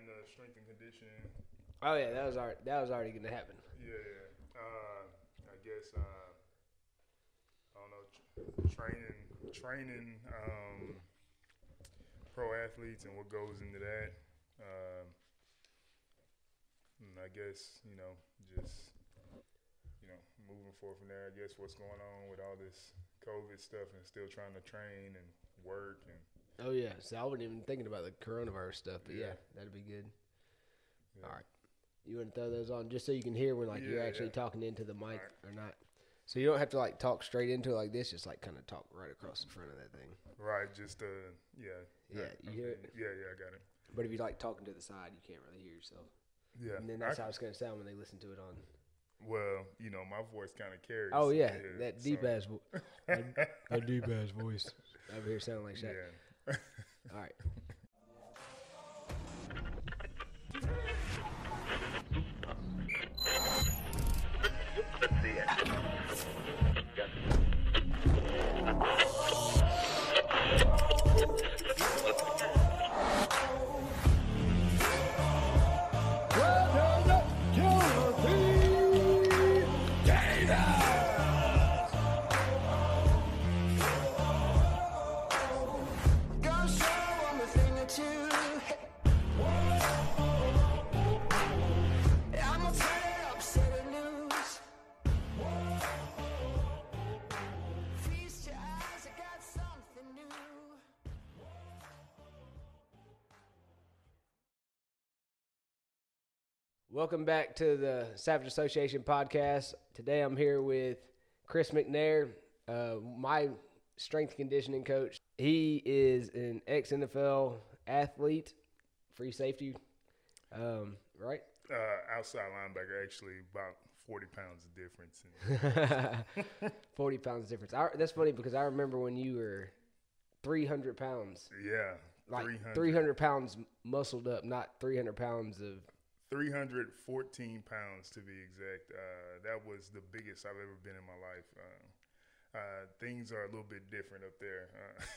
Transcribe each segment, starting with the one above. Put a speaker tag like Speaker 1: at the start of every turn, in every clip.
Speaker 1: in the strength and conditioning.
Speaker 2: Oh yeah, that was already that was already gonna happen.
Speaker 1: Yeah, uh, I guess uh, I don't know. tr- Training, training um, pro athletes and what goes into that. Um, and I guess you know, just you know, moving forward from there. I guess what's going on with all this COVID stuff and still trying to train and work and
Speaker 2: Oh yeah, so I wasn't even thinking about the coronavirus stuff, but yeah,
Speaker 1: Yeah.
Speaker 2: that'd be good.
Speaker 1: Yeah.
Speaker 2: All right, you want to throw those on just so you can hear when like you're
Speaker 1: Yeah,
Speaker 2: actually
Speaker 1: yeah.
Speaker 2: talking into the mic
Speaker 1: Alright.
Speaker 2: or not. So you don't have to like talk straight into it like this, just like kind of talk right across the front of that thing.
Speaker 1: right, just uh, yeah,
Speaker 2: Yeah,
Speaker 1: I-
Speaker 2: you hear
Speaker 1: okay. Yeah, yeah, I got it.
Speaker 2: But if you like talking to the side, you can't really hear yourself.
Speaker 1: Yeah,
Speaker 2: And then
Speaker 1: I
Speaker 2: that's how it's gonna sound when they listen to it on.
Speaker 1: Well, you know, my voice kind of carries.
Speaker 2: Oh yeah, that deep
Speaker 1: so-
Speaker 2: ass, vo- that, that deep ass voice over here sounding like
Speaker 1: Yeah.
Speaker 2: Shaq. All right.
Speaker 3: Go show 'em a thing or two. I'ma tear up city news. Feast your eyes, I got something new.
Speaker 2: Welcome back to the Savage Association podcast. Today I'm here with Chris McNair, uh, my strength conditioning coach. He is an ex NFL athlete, free safety, um, right?
Speaker 1: Uh, outside linebacker, actually, about forty pounds of difference. And
Speaker 2: 40 pounds difference. I, that's funny because I remember when you were 300 pounds,
Speaker 1: yeah,
Speaker 2: like 300,
Speaker 1: 300
Speaker 2: pounds muscled up, not 300 pounds of.
Speaker 1: 314 pounds to be exact. Uh, that was the biggest I've ever been in my life. Uh, uh, things are a little bit different up there. Uh,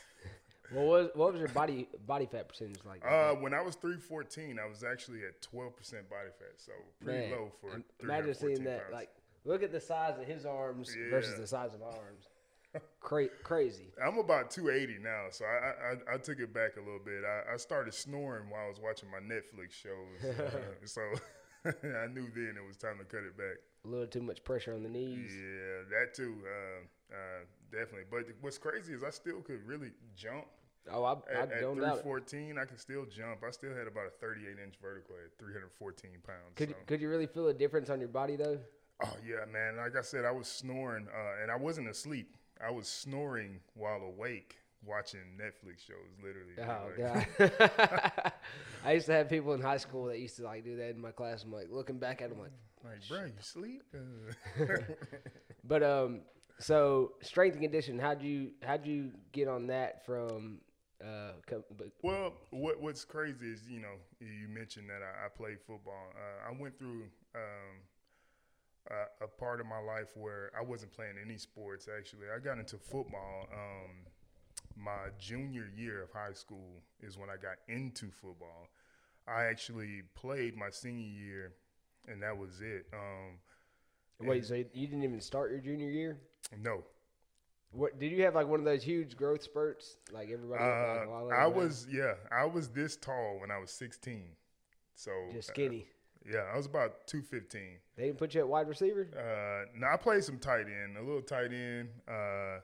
Speaker 2: What was what was your body body fat percentage like?
Speaker 1: Uh, when I was 314, I was actually at 12% body fat, so pretty
Speaker 2: Man,
Speaker 1: low for
Speaker 2: im-
Speaker 1: 314
Speaker 2: imagine seeing that.
Speaker 1: pounds.
Speaker 2: Like, look at the size of his arms versus
Speaker 1: Yeah.
Speaker 2: the size of our arms. Cra- crazy.
Speaker 1: I'm about 280 now, so I I, I took it back a little bit. I, I started snoring while I was watching my Netflix shows, uh, so I knew then it was time to cut it back.
Speaker 2: A little too much pressure on the knees.
Speaker 1: Yeah, that too, uh, uh, definitely. But what's crazy is I still could really jump.
Speaker 2: Oh, I, I
Speaker 1: At, at
Speaker 2: don't doubt it.
Speaker 1: 314, I could still jump. I still had about a 38 inch vertical at 314 pounds.
Speaker 2: Could,
Speaker 1: so.
Speaker 2: could you really feel a difference on your body though?
Speaker 1: Oh yeah, man. Like I said, I was snoring, uh, and I wasn't asleep. I was snoring while awake watching Netflix shows. Literally.
Speaker 2: Oh
Speaker 1: Like,
Speaker 2: god. I used to have people in high school that used to like do that in my class. I'm like looking back at them like,
Speaker 1: Like, bro, you sleep? Uh,
Speaker 2: but um, so strength and condition. How'd you how'd you get on that from? Uh, co- but
Speaker 1: well, what what's crazy is you know you- you mentioned that I, I played football. Uh, I went through um, a, a part of my life where I wasn't playing any sports. Actually, I got into football. Um, my junior year of high school is when I got into football. I actually played my senior year, and that was it. Um,
Speaker 2: wait, so you didn't even start your junior year?
Speaker 1: no,
Speaker 2: What did you have like one of those huge growth spurts? Like everybody, had, like,
Speaker 1: Uh,
Speaker 2: all over
Speaker 1: I
Speaker 2: the place?
Speaker 1: was yeah, I was this tall when I was 16. So
Speaker 2: just
Speaker 1: uh,
Speaker 2: skinny.
Speaker 1: yeah, I was about 215.
Speaker 2: They didn't put you at wide receiver.
Speaker 1: Uh, now I played some tight end, a little tight end. Uh,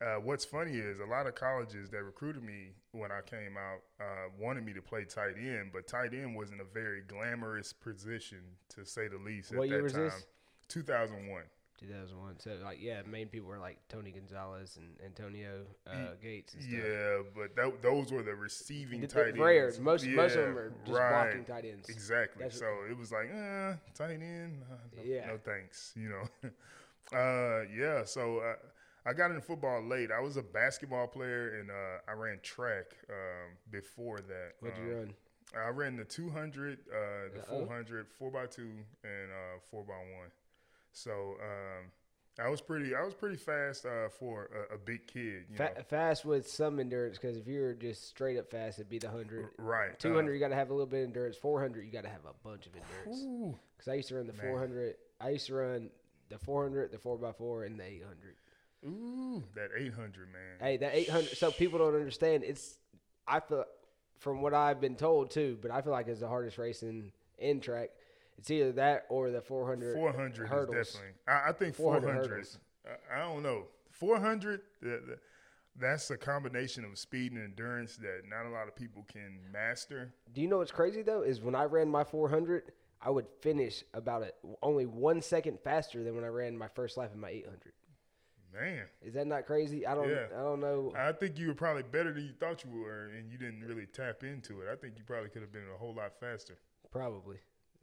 Speaker 1: uh, what's funny is a lot of colleges that recruited me when I came out uh, wanted me to play tight end, but tight end wasn't a very glamorous position to say the least
Speaker 2: What
Speaker 1: at
Speaker 2: year
Speaker 1: that
Speaker 2: was
Speaker 1: time.
Speaker 2: this?
Speaker 1: 2001.
Speaker 2: 2001. So like yeah, main people were like Tony Gonzalez and Antonio uh, Gates and stuff.
Speaker 1: Yeah, but that, those were the receiving
Speaker 2: Th-
Speaker 1: tight
Speaker 2: th- rare.
Speaker 1: ends.
Speaker 2: Most- most of
Speaker 1: Yeah,
Speaker 2: them are just blocking tight ends.
Speaker 1: Exactly.
Speaker 2: That's-
Speaker 1: so it was like, uh, tight end. uh, no,
Speaker 2: Yeah.
Speaker 1: no thanks. You know. uh, yeah. So uh, I got into football late. I was a basketball player and uh, I ran track um, before that.
Speaker 2: What'd
Speaker 1: Um,
Speaker 2: you run?
Speaker 1: I ran the 200, uh, the
Speaker 2: Uh-oh.
Speaker 1: 400, 4 by 2 and uh, 4 by 1 So um, I was pretty. I was pretty fast uh, for a, a big kid. You
Speaker 2: Fa-
Speaker 1: know?
Speaker 2: fast with some endurance because if you're just straight up fast, it'd be the hundred.
Speaker 1: Right. uh,
Speaker 2: Two hundred, you got to have a little bit of endurance. Four hundred, you got to have a bunch of endurance.
Speaker 1: Ooh.
Speaker 2: Because I used to run the four hundred. I used to run the four hundred, the four x four, and the eight hundred.
Speaker 1: Ooh. That eight hundred man.
Speaker 2: Hey, that 800. So people don't understand. It's I feel from what I've been told too, but I feel like it's the hardest race in in track. It's either that or the 400.
Speaker 1: Four hundred is
Speaker 2: hurdles.
Speaker 1: definitely. I, I think four
Speaker 2: 400
Speaker 1: hundred.
Speaker 2: hurdles.
Speaker 1: I, I don't know. Four hundred. That's a combination of speed and endurance that not a lot of people can master.
Speaker 2: Do you know what's crazy though? Is when I ran my 400, I would finish about it only one second faster than when I ran my first lap in my 800.
Speaker 1: Man,
Speaker 2: Is that not crazy? I don't.
Speaker 1: Yeah.
Speaker 2: I don't know.
Speaker 1: I think you were probably better than you thought you were, and you didn't really tap into it. I think you probably could have been a whole lot faster.
Speaker 2: Probably.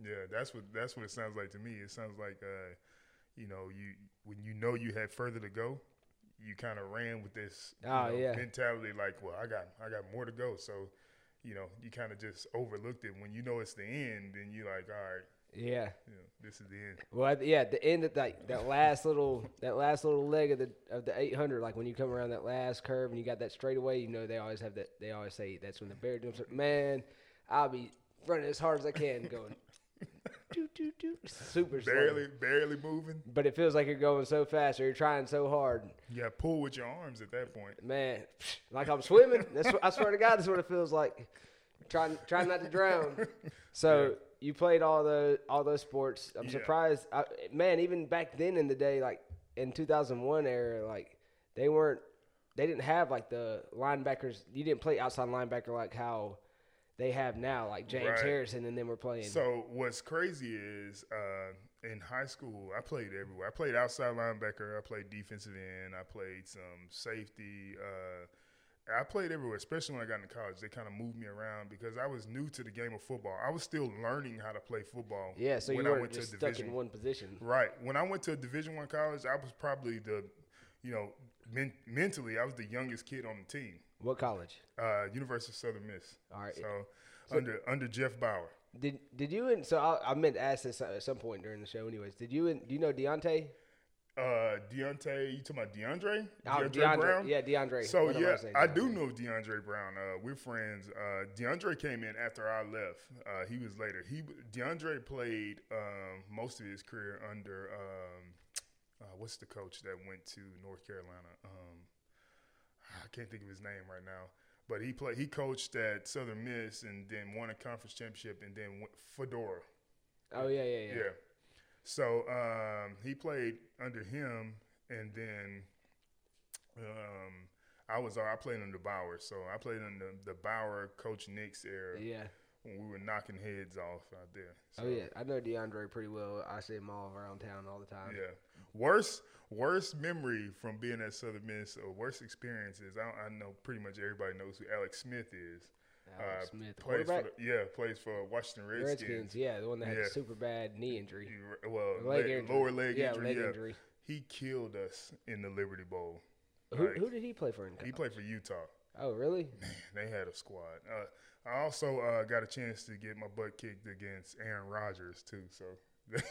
Speaker 1: Yeah, that's what that's what it sounds like to me. It sounds like uh, you know, you when you know you had further to go, you kind of ran with this you
Speaker 2: Ah,
Speaker 1: know,
Speaker 2: yeah.
Speaker 1: mentality like, well, I got I got more to go, so you know, you kind of just overlooked it. When you know it's the end, then you like, all right,
Speaker 2: Yeah.
Speaker 1: you know, this is the end.
Speaker 2: Well, at the- yeah, at the end of that that last little that last little leg of the of the 800, like when you come around that last curve and you got that straightaway, you know they always have that. They always say that's when the bear jumps. up. Man, I'll be running as hard as I can, going doo doo doo, super
Speaker 1: Barely,
Speaker 2: slow.
Speaker 1: barely moving.
Speaker 2: But it feels like you're going so fast or you're trying so hard.
Speaker 1: You got to pull with your arms at that point.
Speaker 2: Man, like I'm swimming. That's what, I swear to God, that's what it feels like. Trying trying not to drown. So you played all the all those sports. I'm
Speaker 1: Yeah.
Speaker 2: surprised, I, man. Even back then in the day, like in 2001 era, like they weren't they didn't have like the linebackers. You didn't play outside linebacker like how they have now. Like James
Speaker 1: Right.
Speaker 2: Harrison and them were playing.
Speaker 1: So what's crazy is uh, in high school I played everywhere. I played outside linebacker. I played defensive end. I played some safety. Uh, I played everywhere, especially when I got into college. They kind of moved me around because I was new to the game of football. I was still learning how to play football.
Speaker 2: yeah, so you
Speaker 1: when I
Speaker 2: weren't
Speaker 1: went to
Speaker 2: just stuck
Speaker 1: Division
Speaker 2: in one position.
Speaker 1: Right. When I went to a Division One college, I was probably the, you know, men- mentally I was the youngest kid on the team.
Speaker 2: What college?
Speaker 1: Uh, University of Southern Miss.
Speaker 2: All right.
Speaker 1: So, under under Jeff Bauer.
Speaker 2: Did did you and so I, I meant to ask this at some point during the show. Anyways, did you and do you know Deontay?
Speaker 1: Uh, Deontay, you talking about DeAndre?
Speaker 2: Oh,
Speaker 1: DeAndre,
Speaker 2: DeAndre. Yeah, DeAndre.
Speaker 1: So
Speaker 2: What am I
Speaker 1: yeah,
Speaker 2: saying?
Speaker 1: I, do know DeAndre Brown. Uh, we're friends. Uh, DeAndre came in after I left. Uh, he was later. He DeAndre played um, most of his career under um, uh, what's the coach that went to North Carolina? Um, I can't think of his name right now. But he played. He coached at Southern Miss and then won a conference championship and then went Fedora.
Speaker 2: Oh yeah, yeah, yeah.
Speaker 1: Yeah. So um, he played under him, and then um, I was I played under Bauer. So I played under the Bauer Coach Nix era
Speaker 2: Yeah.
Speaker 1: when we were knocking heads off out there. So,
Speaker 2: Oh yeah, I know DeAndre pretty well. I see him all around town all the time.
Speaker 1: Yeah. Worst worst memory from being at Southern Miss or worst experiences. I, I know pretty much everybody knows who Alex Smith is.
Speaker 2: Alex
Speaker 1: Uh,
Speaker 2: Smith, the
Speaker 1: plays for
Speaker 2: quarterback,
Speaker 1: the, yeah, plays for Washington
Speaker 2: the Redskins.
Speaker 1: Redskins.
Speaker 2: Yeah, the one that had
Speaker 1: Yeah.
Speaker 2: a super bad knee injury,
Speaker 1: You- Well,
Speaker 2: Leg
Speaker 1: leg-
Speaker 2: injury.
Speaker 1: lower leg
Speaker 2: Yeah,
Speaker 1: injury.
Speaker 2: leg
Speaker 1: yeah.
Speaker 2: injury.
Speaker 1: He killed us in the Liberty Bowl.
Speaker 2: Who,
Speaker 1: Like,
Speaker 2: who did he play for? In
Speaker 1: He
Speaker 2: college?
Speaker 1: played for Utah.
Speaker 2: oh really?
Speaker 1: They had a squad. Uh, I also uh, got a chance to get my butt kicked against Aaron Rodgers too. So they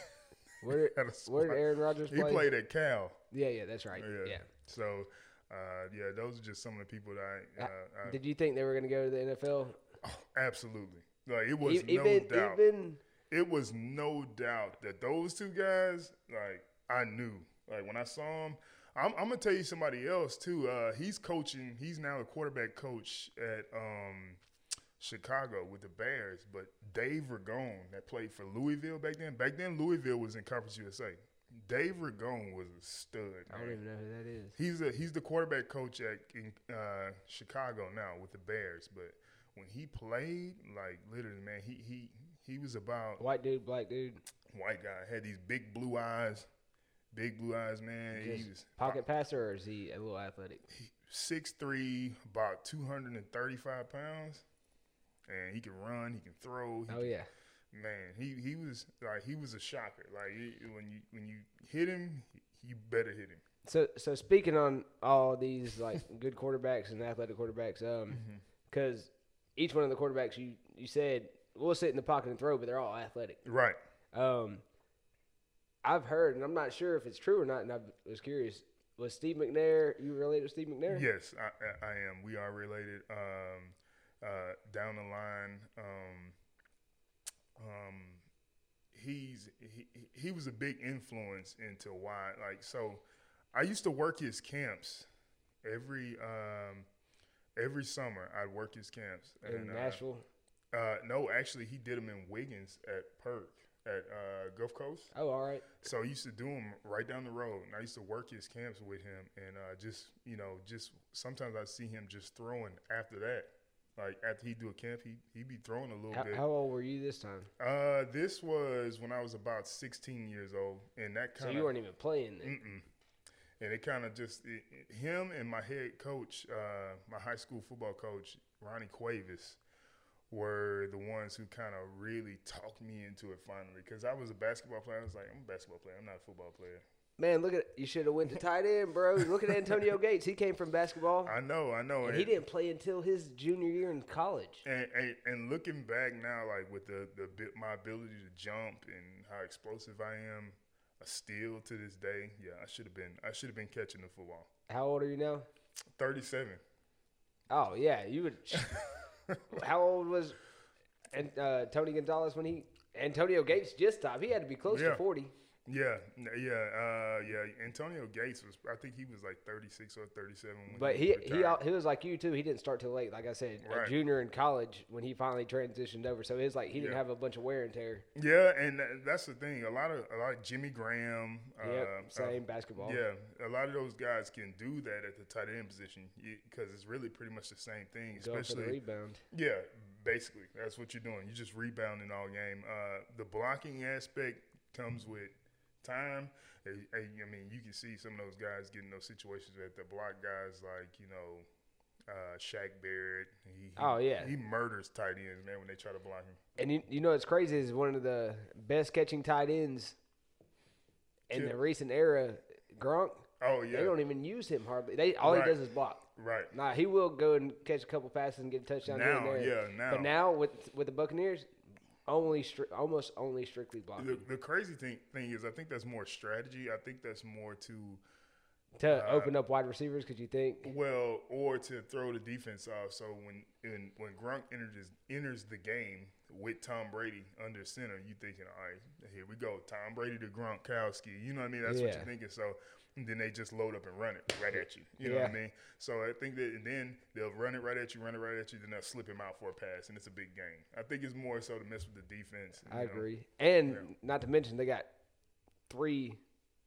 Speaker 2: Where
Speaker 1: had a
Speaker 2: where
Speaker 1: squad.
Speaker 2: did Aaron Rodgers
Speaker 1: he
Speaker 2: play?
Speaker 1: played at Cal.
Speaker 2: Yeah, yeah, that's right.
Speaker 1: Yeah.
Speaker 2: Yeah.
Speaker 1: So uh, yeah, those are just some of the people that I, uh, I-
Speaker 2: Did you think they were going to go to the NFL?
Speaker 1: absolutely like. It was
Speaker 2: E-
Speaker 1: no
Speaker 2: even
Speaker 1: doubt.
Speaker 2: even
Speaker 1: it was no doubt that those two guys, like I knew, like when I saw him. I'm, I'm gonna tell you somebody else too. Uh, he's coaching. He's now a quarterback coach at um, Chicago with the Bears. But Dave Ragone, that played for Louisville back then. Back then, Louisville was in Conference USA. Dave Ragone was a stud.
Speaker 2: I don't
Speaker 1: man.
Speaker 2: even know who that is.
Speaker 1: He's a he's the quarterback coach at in, uh, Chicago now with the Bears. But when he played, like literally, man, he he he was about
Speaker 2: White dude, black dude,
Speaker 1: white guy had these big blue eyes, big blue eyes, man.
Speaker 2: just
Speaker 1: he was
Speaker 2: pocket passer, or is he a little athletic?
Speaker 1: six three, about two hundred and thirty five pounds, and he can run, he can throw. he
Speaker 2: Oh yeah.
Speaker 1: can- man, he he was like he was a shocker. Like he, when you when you hit him, you better hit him.
Speaker 2: So so speaking on all these like good quarterbacks and athletic quarterbacks, um, because each one of the quarterbacks you you said will sit in the pocket and throw, but they're all athletic.
Speaker 1: Right.
Speaker 2: Um, I've heard, and I'm not sure if it's true or not, and I was curious. Was Steve McNair? You related to Steve McNair?
Speaker 1: Yes, I, I, I am. We are related. Um, uh, down the line, um, um, he's he, he was a big influence into why. Like so, I used to work his camps every um, every summer. I'd work his camps
Speaker 2: in
Speaker 1: uh,
Speaker 2: Nashville.
Speaker 1: Uh, no, actually, he did them in Wiggins at Perk at uh, Gulf Coast.
Speaker 2: Oh, all right.
Speaker 1: So I used to do them right down the road, and I used to work his camps with him, and uh, just you know, just sometimes I see him just throwing after that. Like after he do a camp, he he be throwing a little
Speaker 2: How,
Speaker 1: bit.
Speaker 2: how old were you this time?
Speaker 1: uh, this was when I was about 16 years old, and that
Speaker 2: So
Speaker 1: kind
Speaker 2: you
Speaker 1: of
Speaker 2: weren't even playing then.
Speaker 1: and it kind of just it, it- him and my head coach, uh, my high school football coach Ronnie Cuevas, were the ones who kind of really talked me into it finally. Because I was a basketball player, I was like, I'm a basketball player, I'm not a football player.
Speaker 2: Man, look at you should have went to tight end, bro. Look at Antonio Gates. He came from basketball.
Speaker 1: I know, I know.
Speaker 2: and he didn't play until his junior year in college.
Speaker 1: And, and, and looking back now, like with the the bit- my ability to jump and how explosive I am, uh, still to this day, yeah, I should have been I should have been catching the football.
Speaker 2: How old are you now?
Speaker 1: Thirty seven.
Speaker 2: Oh yeah, you would. how old was and uh, Tony Gonzalez when he Antonio Gates just stopped? He had to be close to
Speaker 1: Yeah.
Speaker 2: forty.
Speaker 1: Yeah, n- yeah, uh, yeah. Antonio Gates was I think he was like thirty six or thirty seven.
Speaker 2: But he he al- he was like you too. He didn't start till late, like I said, a
Speaker 1: Right.
Speaker 2: junior in college when he finally transitioned over. So it's like he didn't
Speaker 1: Yeah.
Speaker 2: have a bunch of wear and tear.
Speaker 1: yeah, and tha- that's the thing. A lot of a lot of Jimmy Graham.
Speaker 2: yep,
Speaker 1: uh,
Speaker 2: same
Speaker 1: uh,
Speaker 2: basketball.
Speaker 1: Yeah, a lot of those guys can do that at the tight end position because it's really pretty much the same thing,
Speaker 2: going for the
Speaker 1: especially
Speaker 2: rebound.
Speaker 1: Yeah, basically, that's what you're doing. You're just rebounding all game. Uh, the blocking aspect comes with time. I, I, I mean, you can see some of those guys getting those situations that the block guys, like you know, uh, Shaq Barrett. He, he-
Speaker 2: Oh, yeah.
Speaker 1: he murders tight ends, man, when they try to block him.
Speaker 2: And you, you know what's crazy is one of the best catching tight ends in
Speaker 1: Yeah.
Speaker 2: the recent era, Gronk.
Speaker 1: Oh yeah,
Speaker 2: They don't even use him hardly. They all
Speaker 1: Right.
Speaker 2: he does is block.
Speaker 1: right.
Speaker 2: Nah, he will go and catch a couple passes and get a touchdown here and
Speaker 1: Now,
Speaker 2: there.
Speaker 1: yeah, now.
Speaker 2: But now with with the Buccaneers, only stri- almost only strictly blocking
Speaker 1: The, the crazy thing thing is, I think that's more strategy. I think that's more to
Speaker 2: to open up wide receivers. Could you think?
Speaker 1: Well, or to throw the defense off. So when when, when Gronk enters enters the game with Tom Brady under center, you thinking, all right, here we go, Tom Brady to Gronkowski. You know what I mean? That's what
Speaker 2: Yeah.
Speaker 1: you're thinking. So and then they just load up and run it right at you. You know what I
Speaker 2: Yeah.
Speaker 1: mean? So I think that, and then they'll run it right at you, run it right at you, then they'll slip him out for a pass, and it's a big game. I think it's more so to mess with the defense.
Speaker 2: I
Speaker 1: you know.
Speaker 2: agree. And not to mention they got three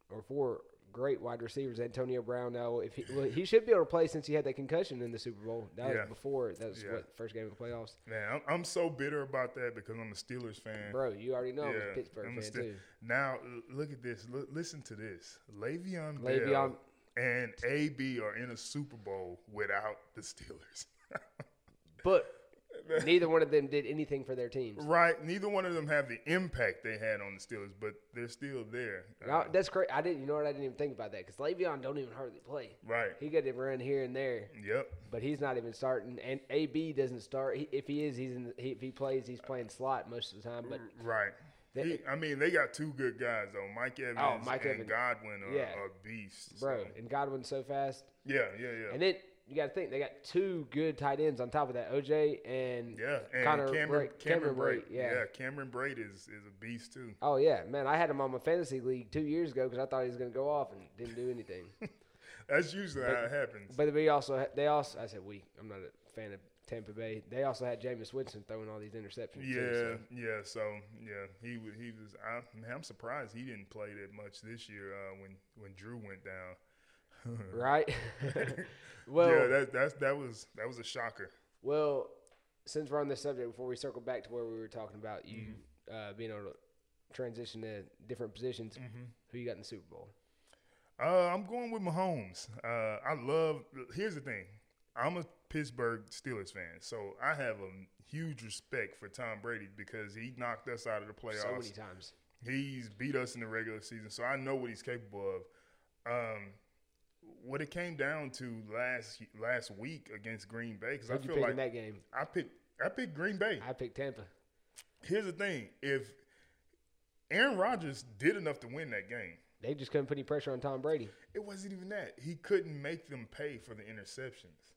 Speaker 2: or four great wide receivers. Antonio Brown now, if he well, he should be able to play since he had that concussion in the Super Bowl. That
Speaker 1: Yeah.
Speaker 2: was before. That was
Speaker 1: Yeah.
Speaker 2: what first game of the playoffs.
Speaker 1: Man, I'm, I'm so bitter about that because I'm a Steelers fan.
Speaker 2: Bro, you already know I'm a Pittsburgh
Speaker 1: I'm a
Speaker 2: fan
Speaker 1: Ste-
Speaker 2: too.
Speaker 1: Now l- look at this. L- listen to this. Le'Veon, Bell
Speaker 2: Le'Veon-
Speaker 1: and AB are in a Super Bowl without the Steelers.
Speaker 2: But neither one of them did anything for their teams.
Speaker 1: right. Neither one of them have the impact they had on the Steelers, but they're still there. Uh,
Speaker 2: Now, that's great. I didn't. You know what? I didn't even think about that because Le'Veon don't even hardly play.
Speaker 1: right.
Speaker 2: He got to run here and there,
Speaker 1: yep.
Speaker 2: but he's not even starting. And AB doesn't start. He, if he is, he's in. The, he, if he plays, he's playing slot most of the time. But
Speaker 1: Right.
Speaker 2: They- Oh,
Speaker 1: He- I mean, they got two good guys though. Mike Evans
Speaker 2: Mike
Speaker 1: and
Speaker 2: Evans.
Speaker 1: Godwin are,
Speaker 2: Yeah.
Speaker 1: are beasts. so-
Speaker 2: bro, and Godwin's so fast.
Speaker 1: Yeah, yeah, yeah.
Speaker 2: And then you got to think they got two good tight ends on top of that. OJ and
Speaker 1: yeah, and
Speaker 2: Connor
Speaker 1: Cameron,
Speaker 2: Brake-
Speaker 1: Cameron, Brake.
Speaker 2: Brake, yeah.
Speaker 1: Cameron Braid is, is a beast too.
Speaker 2: Oh yeah, man! I had him on my fantasy league two years ago because I thought he was going to go off and didn't do anything.
Speaker 1: That's usually how it happens.
Speaker 2: but we also had- they also I said we. I'm not a fan of Tampa Bay. They also had Jameis Winston throwing all these interceptions. too, so-
Speaker 1: Yeah, yeah. So yeah, he was. He was. I, man, I'm surprised he didn't play that much this year uh, when when Drew went down.
Speaker 2: right? well,
Speaker 1: yeah, that that's that was that was a shocker.
Speaker 2: well, since we're on this subject, before we circle back to where we were talking about you
Speaker 1: Mm-hmm.
Speaker 2: uh, being able to transition to different positions, who you got in the Super Bowl?
Speaker 1: Uh, I'm going with Mahomes. Uh, I love. Here's the thing. I'm a Pittsburgh Steelers fan, so I have a huge respect for Tom Brady because he knocked us out of the playoffs.
Speaker 2: So many times.
Speaker 1: He's beat us in the regular season, so I know what he's capable of. Um, what it came down to last last week against Green Bay, because I
Speaker 2: Who'd you
Speaker 1: feel
Speaker 2: pick
Speaker 1: like
Speaker 2: in that game?
Speaker 1: I picked I picked Green Bay.
Speaker 2: I picked Tampa.
Speaker 1: Here's the thing: if Aaron Rodgers did enough to win that game.
Speaker 2: They just couldn't put any pressure on Tom Brady.
Speaker 1: It wasn't even that. He couldn't make them pay for the interceptions.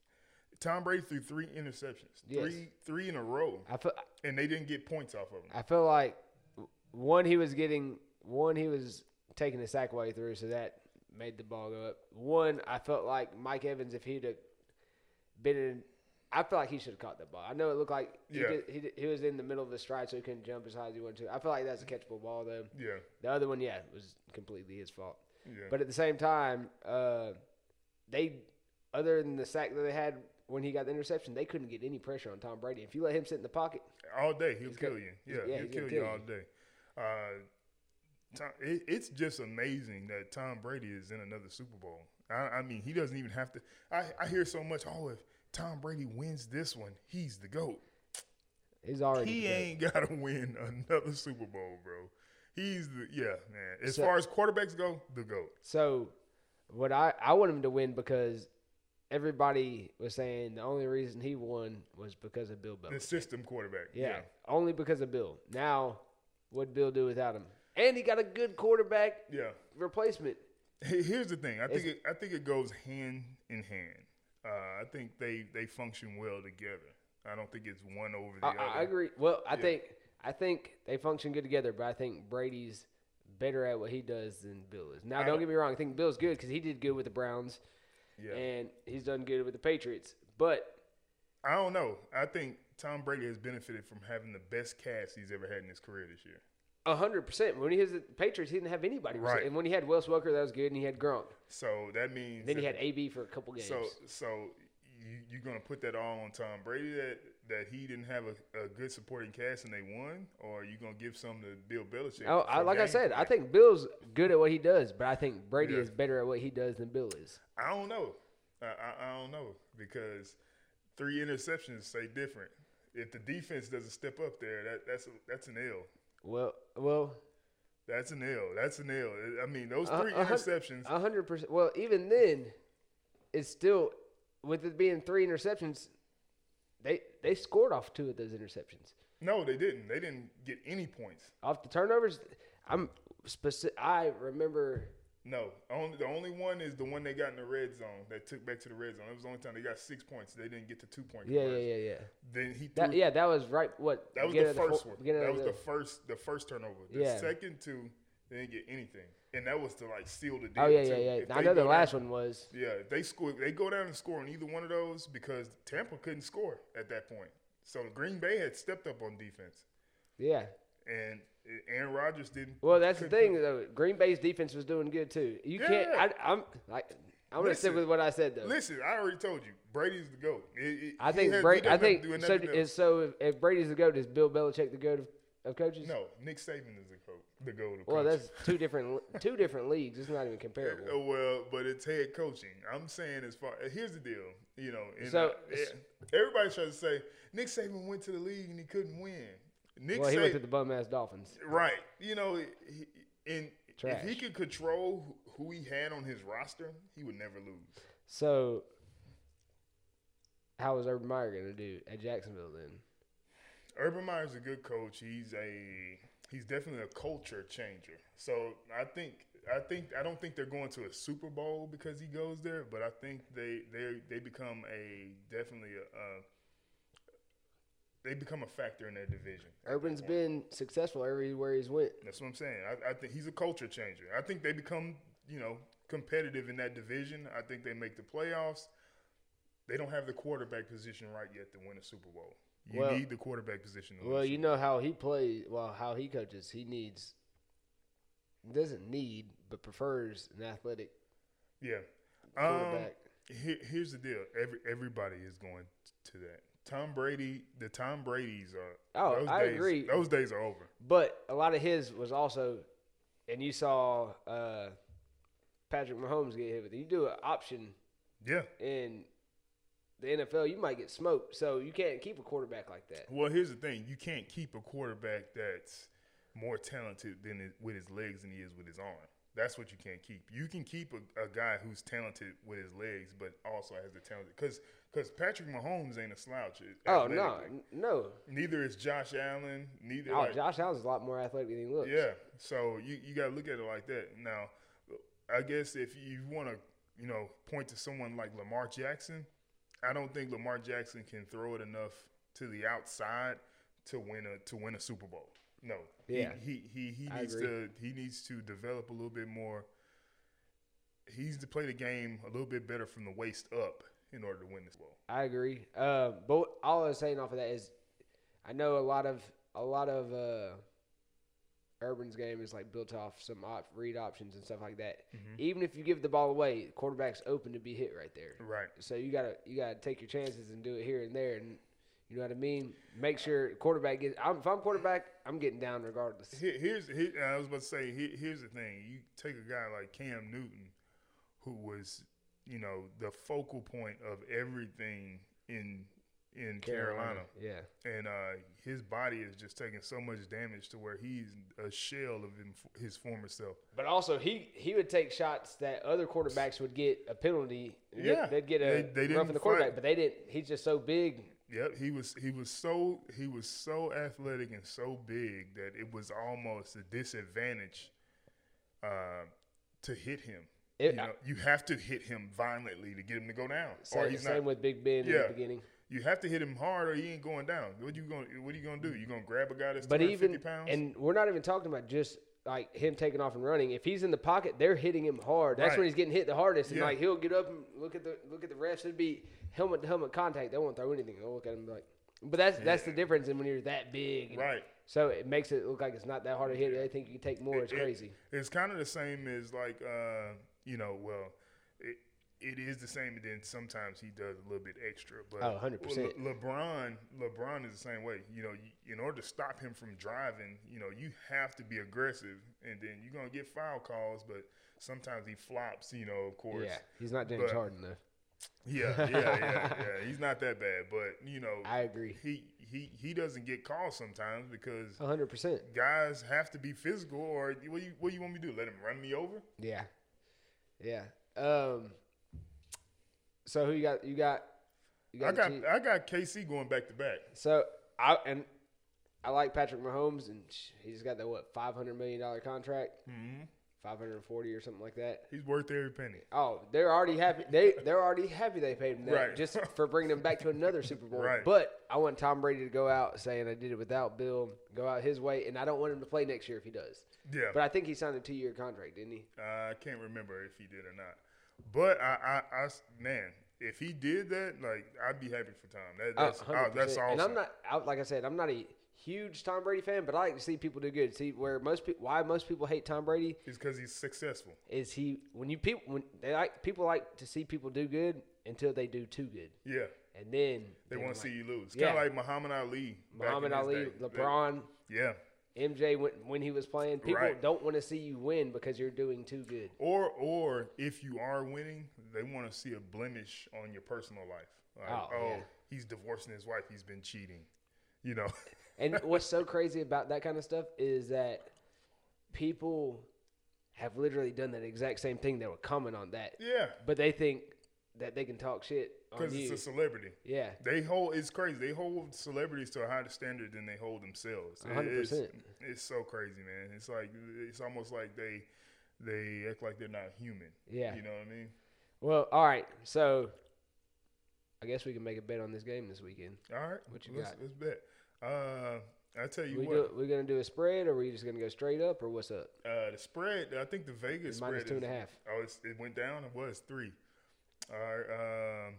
Speaker 1: Tom Brady threw three interceptions,
Speaker 2: Yes.
Speaker 1: three three in a row,
Speaker 2: I feel,
Speaker 1: and they didn't get points off of them.
Speaker 2: I feel like w- one he was getting, one he was taking the sack way through, so that made the ball go up. One I felt like Mike Evans, if he'd have been in, I felt like he should have caught that ball. I know it looked like he,
Speaker 1: Yeah.
Speaker 2: did, he, did- he was in the middle of the stride, so he couldn't jump as high as he wanted to. I feel like that's a catchable ball though.
Speaker 1: Yeah,
Speaker 2: The other one, yeah, was completely his fault.
Speaker 1: yeah,
Speaker 2: But at the same time, uh, they other than the sack that they had when he got the interception, they couldn't get any pressure on Tom Brady. If you let him sit in the pocket,
Speaker 1: all day he'll kill
Speaker 2: gonna-
Speaker 1: you.
Speaker 2: he's-
Speaker 1: Yeah,
Speaker 2: yeah,
Speaker 1: he'll
Speaker 2: he's gonna
Speaker 1: kill you
Speaker 2: kill
Speaker 1: all
Speaker 2: you.
Speaker 1: day. Uh, Tom, it, it's just amazing that Tom Brady is in another Super Bowl. I, I mean, he doesn't even have to. I, I hear so much. Oh, if Tom Brady wins this one, he's the goat.
Speaker 2: he's already
Speaker 1: He
Speaker 2: the goat.
Speaker 1: ain't got to win another Super Bowl, bro. He's the yeah, man. As
Speaker 2: So-
Speaker 1: far as quarterbacks go, the goat.
Speaker 2: So, what I I want him to win because everybody was saying the only reason he won was because of Bill
Speaker 1: The
Speaker 2: Belichick.
Speaker 1: system quarterback.
Speaker 2: Yeah, only because of Bill. Now, what'd Bill do without him? And he got a good quarterback
Speaker 1: Yeah.
Speaker 2: replacement.
Speaker 1: He- Here's the thing. I think it, I think it goes hand in hand. Uh, I think they they function well together. I don't think it's one over the
Speaker 2: I,
Speaker 1: other.
Speaker 2: I I agree. Well, I think I think they function good together, but I think Brady's better at what he does than Bill is. Now, don't get me wrong. I think Bill's good because he did good with the Browns,
Speaker 1: Yeah.
Speaker 2: and he's done good with the Patriots. But
Speaker 1: I don't know. I think Tom Brady has benefited from having the best cast he's ever had in his career this year.
Speaker 2: A hundred percent. When he was at the Patriots, he didn't have anybody.
Speaker 1: Right.
Speaker 2: And when he had Wes Welker, that was good, and he had Gronk.
Speaker 1: So that means
Speaker 2: Then he
Speaker 1: that-
Speaker 2: had AB for a couple games.
Speaker 1: So so you you gonna put that all on Tom Brady that that he didn't have a, a good supporting cast and they won, or you gonna give some to Bill Belichick?
Speaker 2: oh, I,
Speaker 1: for
Speaker 2: like I
Speaker 1: game
Speaker 2: said, I
Speaker 1: plan?
Speaker 2: think Bill's good at what he does, but I think Brady
Speaker 1: Yeah.
Speaker 2: is better at what he does than Bill is.
Speaker 1: I don't know. I, I, I don't know because three interceptions say different. If the defense doesn't step up there, that, that's a, that's an L.
Speaker 2: Well, well,
Speaker 1: That's an L. That's an L. I mean, those
Speaker 2: a-
Speaker 1: three
Speaker 2: a hun-
Speaker 1: interceptions.
Speaker 2: a hundred percent. Well, even then, it's still with it being three interceptions. They they scored off two of those interceptions.
Speaker 1: no, they didn't. They didn't get any points.
Speaker 2: Off the turnovers, I'm specific. I remember
Speaker 1: No, only the only one is the one they got in the red zone that took back to the red zone. That was the only time they got six points. They didn't get to two point.
Speaker 2: Yeah, yeah,
Speaker 1: conversion.
Speaker 2: yeah, yeah.
Speaker 1: Then he threw
Speaker 2: That, yeah, that was right. What
Speaker 1: That was
Speaker 2: beginning
Speaker 1: the
Speaker 2: of fo-
Speaker 1: first one.
Speaker 2: beginning
Speaker 1: That
Speaker 2: of
Speaker 1: was
Speaker 2: the-
Speaker 1: the first the first turnover. The
Speaker 2: Yeah.
Speaker 1: second two, they didn't get anything, and that was to like seal the deal.
Speaker 2: Oh yeah, yeah,
Speaker 1: too.
Speaker 2: yeah.
Speaker 1: If
Speaker 2: I
Speaker 1: they
Speaker 2: know the
Speaker 1: go
Speaker 2: last
Speaker 1: down,
Speaker 2: one was.
Speaker 1: Yeah, if they score. They go down and score on either one of those because Tampa couldn't score at that point. So Green Bay had stepped up on defense,
Speaker 2: Yeah.
Speaker 1: and Aaron Rodgers didn't.
Speaker 2: Well, that's the
Speaker 1: couldn't
Speaker 2: thing though. Green Bay's defense was doing good too. You
Speaker 1: Yeah.
Speaker 2: can't. I, I'm like, I'm gonna stick
Speaker 1: Listen.
Speaker 2: with what I said though.
Speaker 1: put- Listen, I already told you, Brady's the goat. It- it-
Speaker 2: I
Speaker 1: he
Speaker 2: think
Speaker 1: has- he
Speaker 2: Brady.
Speaker 1: doesn't
Speaker 2: I
Speaker 1: have to
Speaker 2: think
Speaker 1: do
Speaker 2: so.
Speaker 1: nothing
Speaker 2: Is,
Speaker 1: else.
Speaker 2: so if, if Brady's the goat, is Bill Belichick the goat of, of coaches?
Speaker 1: no Nick Saban is the goat. The goat. Of
Speaker 2: Well,
Speaker 1: coaches.
Speaker 2: that's two different two different leagues. It's not even
Speaker 1: Uh,
Speaker 2: comparable.
Speaker 1: Well, but it's head coaching. I'm saying as far here's the deal, you know. And
Speaker 2: So-
Speaker 1: I- eh, everybody tries to say Nick Saban went to the league and he couldn't win. Nick
Speaker 2: Well, he went to
Speaker 1: Saban,
Speaker 2: the bum ass Dolphins.
Speaker 1: right? You know, he, and if he
Speaker 2: Trash.
Speaker 1: could control who- who he had on his roster, he would never lose.
Speaker 2: So, how was Urban Meyer gonna do at Jacksonville then?
Speaker 1: Urban Meyer's a good coach. He's a he's definitely a culture changer. So I think I think I don't think they're going to a Super Bowl because he goes there, but I think they they they become a definitely a, uh they become a factor in their division.
Speaker 2: Urban's been successful everywhere he's went.
Speaker 1: That's what I'm saying. I, I think he's a culture changer. I think they become you know competitive in that division. I think they make the playoffs. They don't have the quarterback position right yet to win a Super Bowl. You
Speaker 2: Well-
Speaker 1: need the quarterback position. To win a
Speaker 2: Well,
Speaker 1: Super
Speaker 2: you know how he plays. Well, how he coaches. He needs doesn't need, but prefers an athletic
Speaker 1: Yeah. Um,
Speaker 2: quarterback.
Speaker 1: here, here's the deal. Every everybody is going to that. Tom Brady, the Tom Brady's are.
Speaker 2: Oh, I
Speaker 1: days,
Speaker 2: agree.
Speaker 1: Those days are over.
Speaker 2: but a lot of his was also, and you saw uh, Patrick Mahomes get hit with it. You do an option
Speaker 1: Yeah.
Speaker 2: in the NFL, you might get smoked. So you can't keep a quarterback like that.
Speaker 1: Well, here's the thing. You can't keep a quarterback that's more talented than his, with his legs than he is with his arm. That's what you can't keep. You can keep a, a guy who's talented with his legs, but also has the talent. Because because Patrick Mahomes ain't a slouch.
Speaker 2: Oh no,
Speaker 1: athletically.
Speaker 2: n- no.
Speaker 1: Neither is Josh Allen. Neither.
Speaker 2: Oh,
Speaker 1: like-
Speaker 2: Josh Allen's a lot more athletic than he looks.
Speaker 1: yeah. So you, you got to look at it like that. Now, I guess if you want to, you know, point to someone like Lamar Jackson, I don't think Lamar Jackson can throw it enough to the outside to win a to win a Super Bowl. No. He-
Speaker 2: Yeah.
Speaker 1: He he he,
Speaker 2: I
Speaker 1: needs
Speaker 2: agree.
Speaker 1: to he needs to develop a little bit more. He needs to play the game a little bit better from the waist up in order to win this bowl.
Speaker 2: I agree. Uh, but all I was saying off of that is, I know a lot of a lot of uh, Urban's game is like built off some op- read options and stuff like that.
Speaker 1: Mm-hmm.
Speaker 2: Even if you give the ball away, quarterback's open to be hit right there.
Speaker 1: Right.
Speaker 2: So you gotta you gotta take your chances and do it here and there, and you know what I mean. Make sure quarterback gets. I'm, if I'm quarterback, I'm getting down regardless.
Speaker 1: Here, here's here, I was about to say. Here, here's the thing: you take a guy like Cam Newton, who was, you know, the focal point of everything in in Carolina,
Speaker 2: Yeah.
Speaker 1: and uh, his body is just taking so much damage to where he's a shell of him, his former self.
Speaker 2: But also, he he would take shots that other quarterbacks would get a penalty. They'd-
Speaker 1: Yeah.
Speaker 2: they'd get a
Speaker 1: They- they
Speaker 2: rough in
Speaker 1: didn't
Speaker 2: the quarterback,
Speaker 1: fight.
Speaker 2: but they didn't. He's just so big.
Speaker 1: Yep, he was he was so he was so athletic and so big that it was almost a disadvantage uh, to hit him. you,
Speaker 2: It-
Speaker 1: know, you have to hit him violently to get him to go down, or
Speaker 2: Same,
Speaker 1: he's not
Speaker 2: same with Big Ben in
Speaker 1: Yeah.
Speaker 2: the beginning.
Speaker 1: You have to hit him hard, or he ain't going down. What you going? to What are you gonna do? You gonna grab a guy that's
Speaker 2: But
Speaker 1: two hundred fifty
Speaker 2: even
Speaker 1: pounds?
Speaker 2: and we're not even talking about just like him taking off and running. If he's in the pocket, they're hitting him hard. That's
Speaker 1: Right.
Speaker 2: when he's getting hit the hardest. And
Speaker 1: Yeah.
Speaker 2: like he'll get up and look at the look at the refs. It'd be helmet to helmet contact. They won't throw anything. They'll look at him like. But that's that's the difference in when you're that big.
Speaker 1: Right.
Speaker 2: So it makes it look like it's not that hard to hit. They think you can take more. It's
Speaker 1: It-
Speaker 2: crazy.
Speaker 1: it's kind of the same as like uh, you know, well, it, it is the same. And then sometimes he does a little bit extra. But
Speaker 2: Oh, 100%.
Speaker 1: Le- LeBron, LeBron is the same way. You know, you, in order to stop him from driving, you know, you have to be aggressive, and then you're gonna get foul calls. But sometimes he flops. You know, of course.
Speaker 2: Yeah, he's not James
Speaker 1: But-
Speaker 2: Harden though.
Speaker 1: Yeah, yeah, yeah, yeah. He's not that bad, but you know,
Speaker 2: I agree. Oh.
Speaker 1: He he he doesn't get called sometimes because
Speaker 2: A hundred percent.
Speaker 1: guys have to be physical. Or what you what you want me to do? Let him run me over?
Speaker 2: Yeah, yeah. Um. So who you got? You got? You
Speaker 1: I
Speaker 2: the
Speaker 1: got
Speaker 2: Chiefs.
Speaker 1: I got KC going back to back.
Speaker 2: So I and I like Patrick Mahomes, and sh- he's got that what five hundred million dollar contract,
Speaker 1: Mm-hmm.
Speaker 2: hundred forty or something like that.
Speaker 1: He's worth every penny.
Speaker 2: Oh, they're already happy. They they're already happy they paid him that
Speaker 1: Right.
Speaker 2: just for bringing him back to another Super Bowl.
Speaker 1: Right.
Speaker 2: But I want Tom Brady to go out saying I did it without Bill, go out his way, and I don't want him to play next year if he does.
Speaker 1: Yeah,
Speaker 2: But I think he signed a two year contract, didn't he?
Speaker 1: I can't remember if he did or not. But I, I, I s- man, if he did that, like I'd be happy for Tom. That,
Speaker 2: Oh,
Speaker 1: that's oh, that's
Speaker 2: 100%.
Speaker 1: awesome.
Speaker 2: And I'm not I, like I said, I'm not a huge Tom Brady fan, but I like to see people do good. See where most people why most people hate Tom Brady
Speaker 1: it's because he's successful.
Speaker 2: is he when you people when they like people like to see people do good until they do too good,
Speaker 1: Yeah,
Speaker 2: and then
Speaker 1: they want to see you lose.
Speaker 2: yeah.
Speaker 1: Kind of like Muhammad Ali. back in
Speaker 2: Muhammad
Speaker 1: his
Speaker 2: Ali,
Speaker 1: day.
Speaker 2: LeBron,
Speaker 1: Yeah.
Speaker 2: MJ when when he was playing. People
Speaker 1: Right.
Speaker 2: don't want to see you win because you're doing too good.
Speaker 1: Or or if you are winning, they want to see a blemish on your personal life. Like,
Speaker 2: Oh,
Speaker 1: oh,
Speaker 2: yeah.
Speaker 1: he's divorcing his wife. He's been cheating. You know,
Speaker 2: And what's so crazy about that kind of stuff is that people have literally done that exact same thing. They were comment on that,
Speaker 1: yeah,
Speaker 2: but they think that they can talk shit on
Speaker 1: because
Speaker 2: you.
Speaker 1: it's a celebrity.
Speaker 2: yeah,
Speaker 1: They hold it's crazy. They hold celebrities to a higher standard than they hold themselves. It- it's-
Speaker 2: 100%.
Speaker 1: It's so crazy, man. It's like it's almost like they they act like they're not human.
Speaker 2: Yeah.
Speaker 1: you know what I mean.
Speaker 2: Well, all right. So I guess we can make a bet on this game this weekend.
Speaker 1: All right,
Speaker 2: What you
Speaker 1: let's,
Speaker 2: got?
Speaker 1: Let's bet. Uh, I tell you
Speaker 2: We
Speaker 1: what,
Speaker 2: do, we're gonna do a spread, or we just gonna go straight up, or what's up?
Speaker 1: Uh, the spread, I think the Vegas spread
Speaker 2: Minus two and a
Speaker 1: is-
Speaker 2: half.
Speaker 1: Oh, it's, it went down. It was three. All right. Um,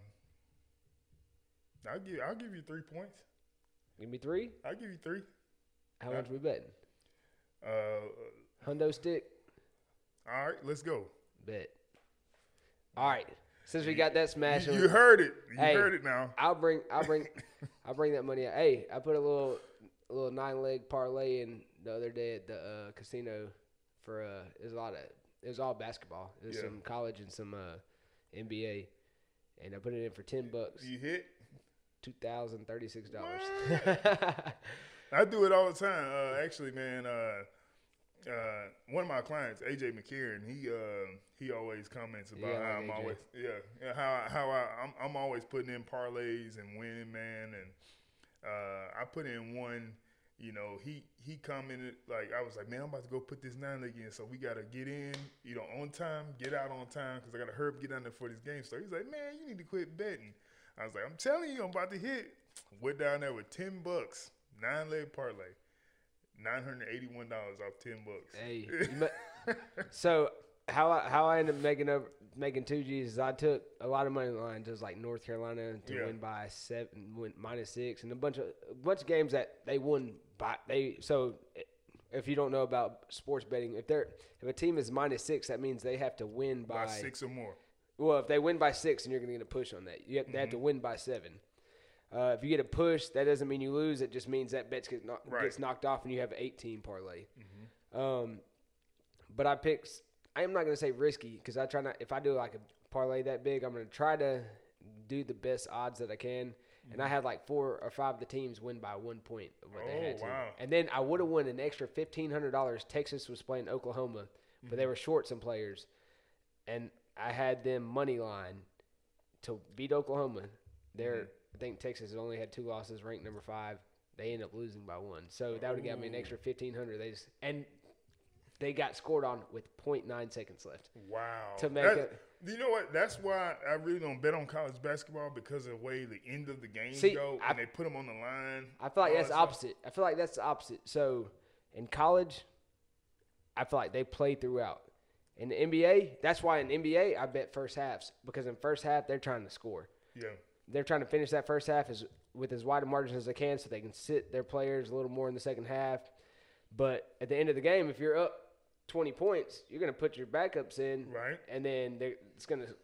Speaker 1: I'll give I'll give you three points.
Speaker 2: Give me three.
Speaker 1: I'll give you three.
Speaker 2: How much we betting?
Speaker 1: Uh,
Speaker 2: Hundo stick
Speaker 1: all right, let's go.
Speaker 2: bet. All right. Since we got that smash,
Speaker 1: You, you heard it. You
Speaker 2: Hey.
Speaker 1: heard it now.
Speaker 2: I'll bring, I'll bring, I'll bring that money. Out. Hey, I put a little, a little nine leg parlay in the other day at the uh, casino for uh, it was a lot of, it was all basketball. It was
Speaker 1: Yeah.
Speaker 2: some college and some uh, NBA, and I put it in for ten bucks,
Speaker 1: You hit.
Speaker 2: two thousand thirty six dollars.
Speaker 1: I do it all the time. Uh, actually, man, uh, uh, one of my clients, AJ McCarron, he uh, he always comments about
Speaker 2: Yeah, I
Speaker 1: how
Speaker 2: like
Speaker 1: I'm
Speaker 2: AJ.
Speaker 1: always yeah, yeah, how how I I'm, I'm always putting in parlays and winning, man. And uh, I put in one, you know, he he commented like I was like, man, I'm about to go put this nine leg in, so we gotta get in, you know, on time, get out on time, cause I gotta herb get down there for this game. So he's like, man, you need to quit betting. I was like, I'm telling you, I'm about to hit. Went down there with ten bucks, nine leg parlay. Nine hundred eighty-one dollars off ten bucks.
Speaker 2: Hey, you ma- so how I, how I ended up making over making two G's is I took a lot of money lines. It was like North Carolina to
Speaker 1: Yeah.
Speaker 2: win by seven, win minus six, and a bunch of a bunch of games that they won by they. So eh, if you don't know about sports betting, if they're if a team is minus six, that means they have to win by,
Speaker 1: by six or more.
Speaker 2: Well, if they win by six, and you're going to get a push on that. You have, They have to
Speaker 1: Mm-hmm.
Speaker 2: win by seven. Uh, if you get a push, that doesn't mean you lose. It just means that bet gets, knock,
Speaker 1: Right. Mm-hmm.
Speaker 2: gets knocked off, and you have an 18 parlay. Um, but I pick. s- I am not going to say risky because I try not. If I do like a parlay that big, I'm going to try to do the best odds that I can. And I
Speaker 1: Mm-hmm.
Speaker 2: had like four or five of the teams win by one point. of What
Speaker 1: Oh,
Speaker 2: they had to.
Speaker 1: wow.
Speaker 2: And then I would have won an extra fifteen hundred dollars. Texas was playing Oklahoma, but
Speaker 1: Mm-hmm.
Speaker 2: they were short some players, and I had them money line to beat Oklahoma. They're
Speaker 1: Mm-hmm.
Speaker 2: I think Texas only had two losses, ranked number five. They end up losing by one, so that would have got me an extra fifteen hundred. They just, and they got scored on with 0.9 seconds left.
Speaker 1: Wow.
Speaker 2: To make
Speaker 1: That-
Speaker 2: it-
Speaker 1: You know what? That's why I really don't bet on college basketball because of the way the end of the games
Speaker 2: See,
Speaker 1: go
Speaker 2: I-
Speaker 1: and they put them on the line.
Speaker 2: I feel like
Speaker 1: all that
Speaker 2: that's the
Speaker 1: stuff.
Speaker 2: opposite. I feel like that's the opposite. So in college, I feel like they play throughout. In the NBA, that's why in NBA I bet first halves because in first half they're trying to score.
Speaker 1: Yeah.
Speaker 2: They're trying to finish that first half as with as wide a margin as they can so they can sit their players a little more in the second half. But at the end of the game, if you're up 20 points, you're going to put your backups in,
Speaker 1: Right.
Speaker 2: And then they're- it's going to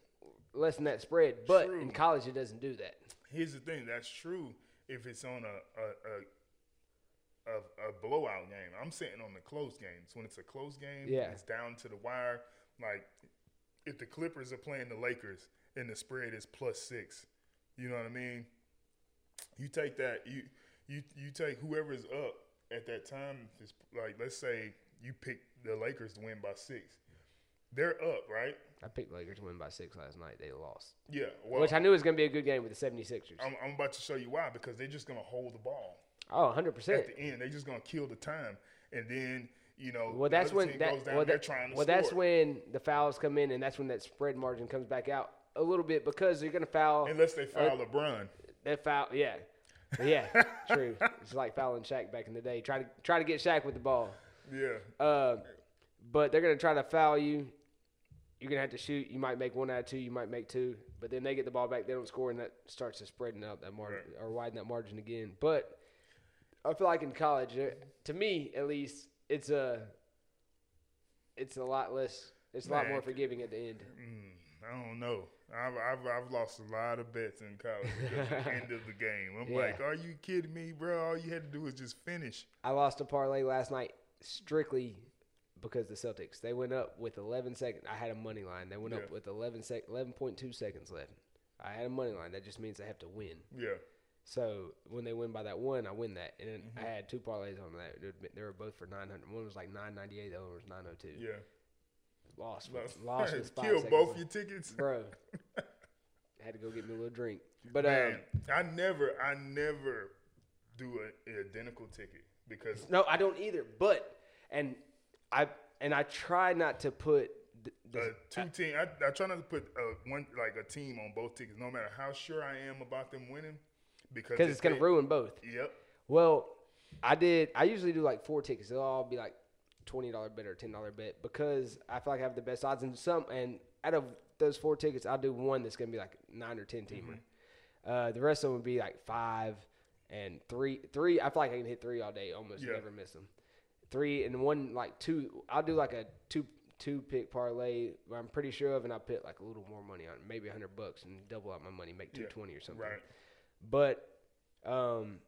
Speaker 2: lessen that spread. But in
Speaker 1: True.
Speaker 2: college, it doesn't do that.
Speaker 1: Here's the thing. That's true if it's on a a, a, a, a blowout game. I'm sitting on the close games. When it's a close game,
Speaker 2: Yeah.
Speaker 1: it's down to the wire. Like if the Clippers are playing the Lakers and the spread is plus six, you know what I mean? You take that. You you you take whoever's up at that time. Is like let's say you pick the Lakers to win by six. They're up, right?
Speaker 2: I picked Lakers to win by six last night. They lost.
Speaker 1: Yeah. Well, um,
Speaker 2: Which I knew was going to be a good game with the 76ers.
Speaker 1: I'm, I'm about to show you why because they're just gonna hold the ball.
Speaker 2: oh, 100%.
Speaker 1: at the end. They're just gonna kill the time, and then you know.
Speaker 2: Well, that's
Speaker 1: the other
Speaker 2: when
Speaker 1: team
Speaker 2: that,
Speaker 1: goes down.
Speaker 2: well,
Speaker 1: they're
Speaker 2: that-
Speaker 1: trying to.
Speaker 2: well, that's
Speaker 1: score.
Speaker 2: when the fouls come in, and that's when that spread margin comes back out a little bit because you're going to foul.
Speaker 1: unless they foul LeBron.
Speaker 2: That foul, yeah, yeah, true. It's like fouling Shaq back in the day. Try to try to get Shaq with the ball,
Speaker 1: Yeah,
Speaker 2: uh, but they're going to try to foul you. You're going to have to shoot. You might make one out of two. You might make two, but then they get the ball back. They don't score, and that starts to spreading out that margin or widen that margin again. But I feel like in college, uh, to me at least, it's a it's a lot less. It's a lot more
Speaker 1: Man.
Speaker 2: forgiving at the end.
Speaker 1: I don't know. I've, I've I've lost a lot of bets in college because of the end of the game. I'm
Speaker 2: Yeah.
Speaker 1: like, are you kidding me, bro? All you had to do was just finish.
Speaker 2: I lost a parlay last night strictly because the Celtics. They went up with 11 seconds. I had a money line. They went
Speaker 1: Yeah.
Speaker 2: up with 11 sec- 11.2 seconds left. I had a money line. That just means they have to win.
Speaker 1: Yeah,
Speaker 2: So when they win by that one, I win that. And then
Speaker 1: Mm-hmm.
Speaker 2: I had two parlays on that. It would've been- They were both for 900. One was like 998. The other one was 902.
Speaker 1: yeah.
Speaker 2: Lost.
Speaker 1: Like,
Speaker 2: With, lost with five
Speaker 1: Kill
Speaker 2: seconds
Speaker 1: both
Speaker 2: left.
Speaker 1: your tickets.
Speaker 2: Bro. had to go get me a little drink. But
Speaker 1: Man,
Speaker 2: um,
Speaker 1: I never, I never do a, an identical ticket because
Speaker 2: No, I don't either. But and I and I try not to put the, the
Speaker 1: a two team. I, I try not to put a, one like a team on both tickets, no matter how sure I am about them winning, because
Speaker 2: because it's
Speaker 1: if
Speaker 2: gonna
Speaker 1: they-
Speaker 2: ruin both.
Speaker 1: Yep.
Speaker 2: Well, I did. I usually do like four tickets. They'll all be like twenty dollar bet or ten dollar bet because I feel like I have the best odds. And some and out of those four tickets, I'll do one that's gonna be like nine or ten teamer. Uh, the rest of them would be like five and three. Three. I feel like I can hit three all day. Almost
Speaker 1: Yeah.
Speaker 2: never miss them. Three and one like two. I'll do like a two two pick parlay. I'm pretty sure of, and I put like a little more money on, it, maybe a hundred bucks, and double out my money, make two twenty or something.
Speaker 1: Right.
Speaker 2: But um,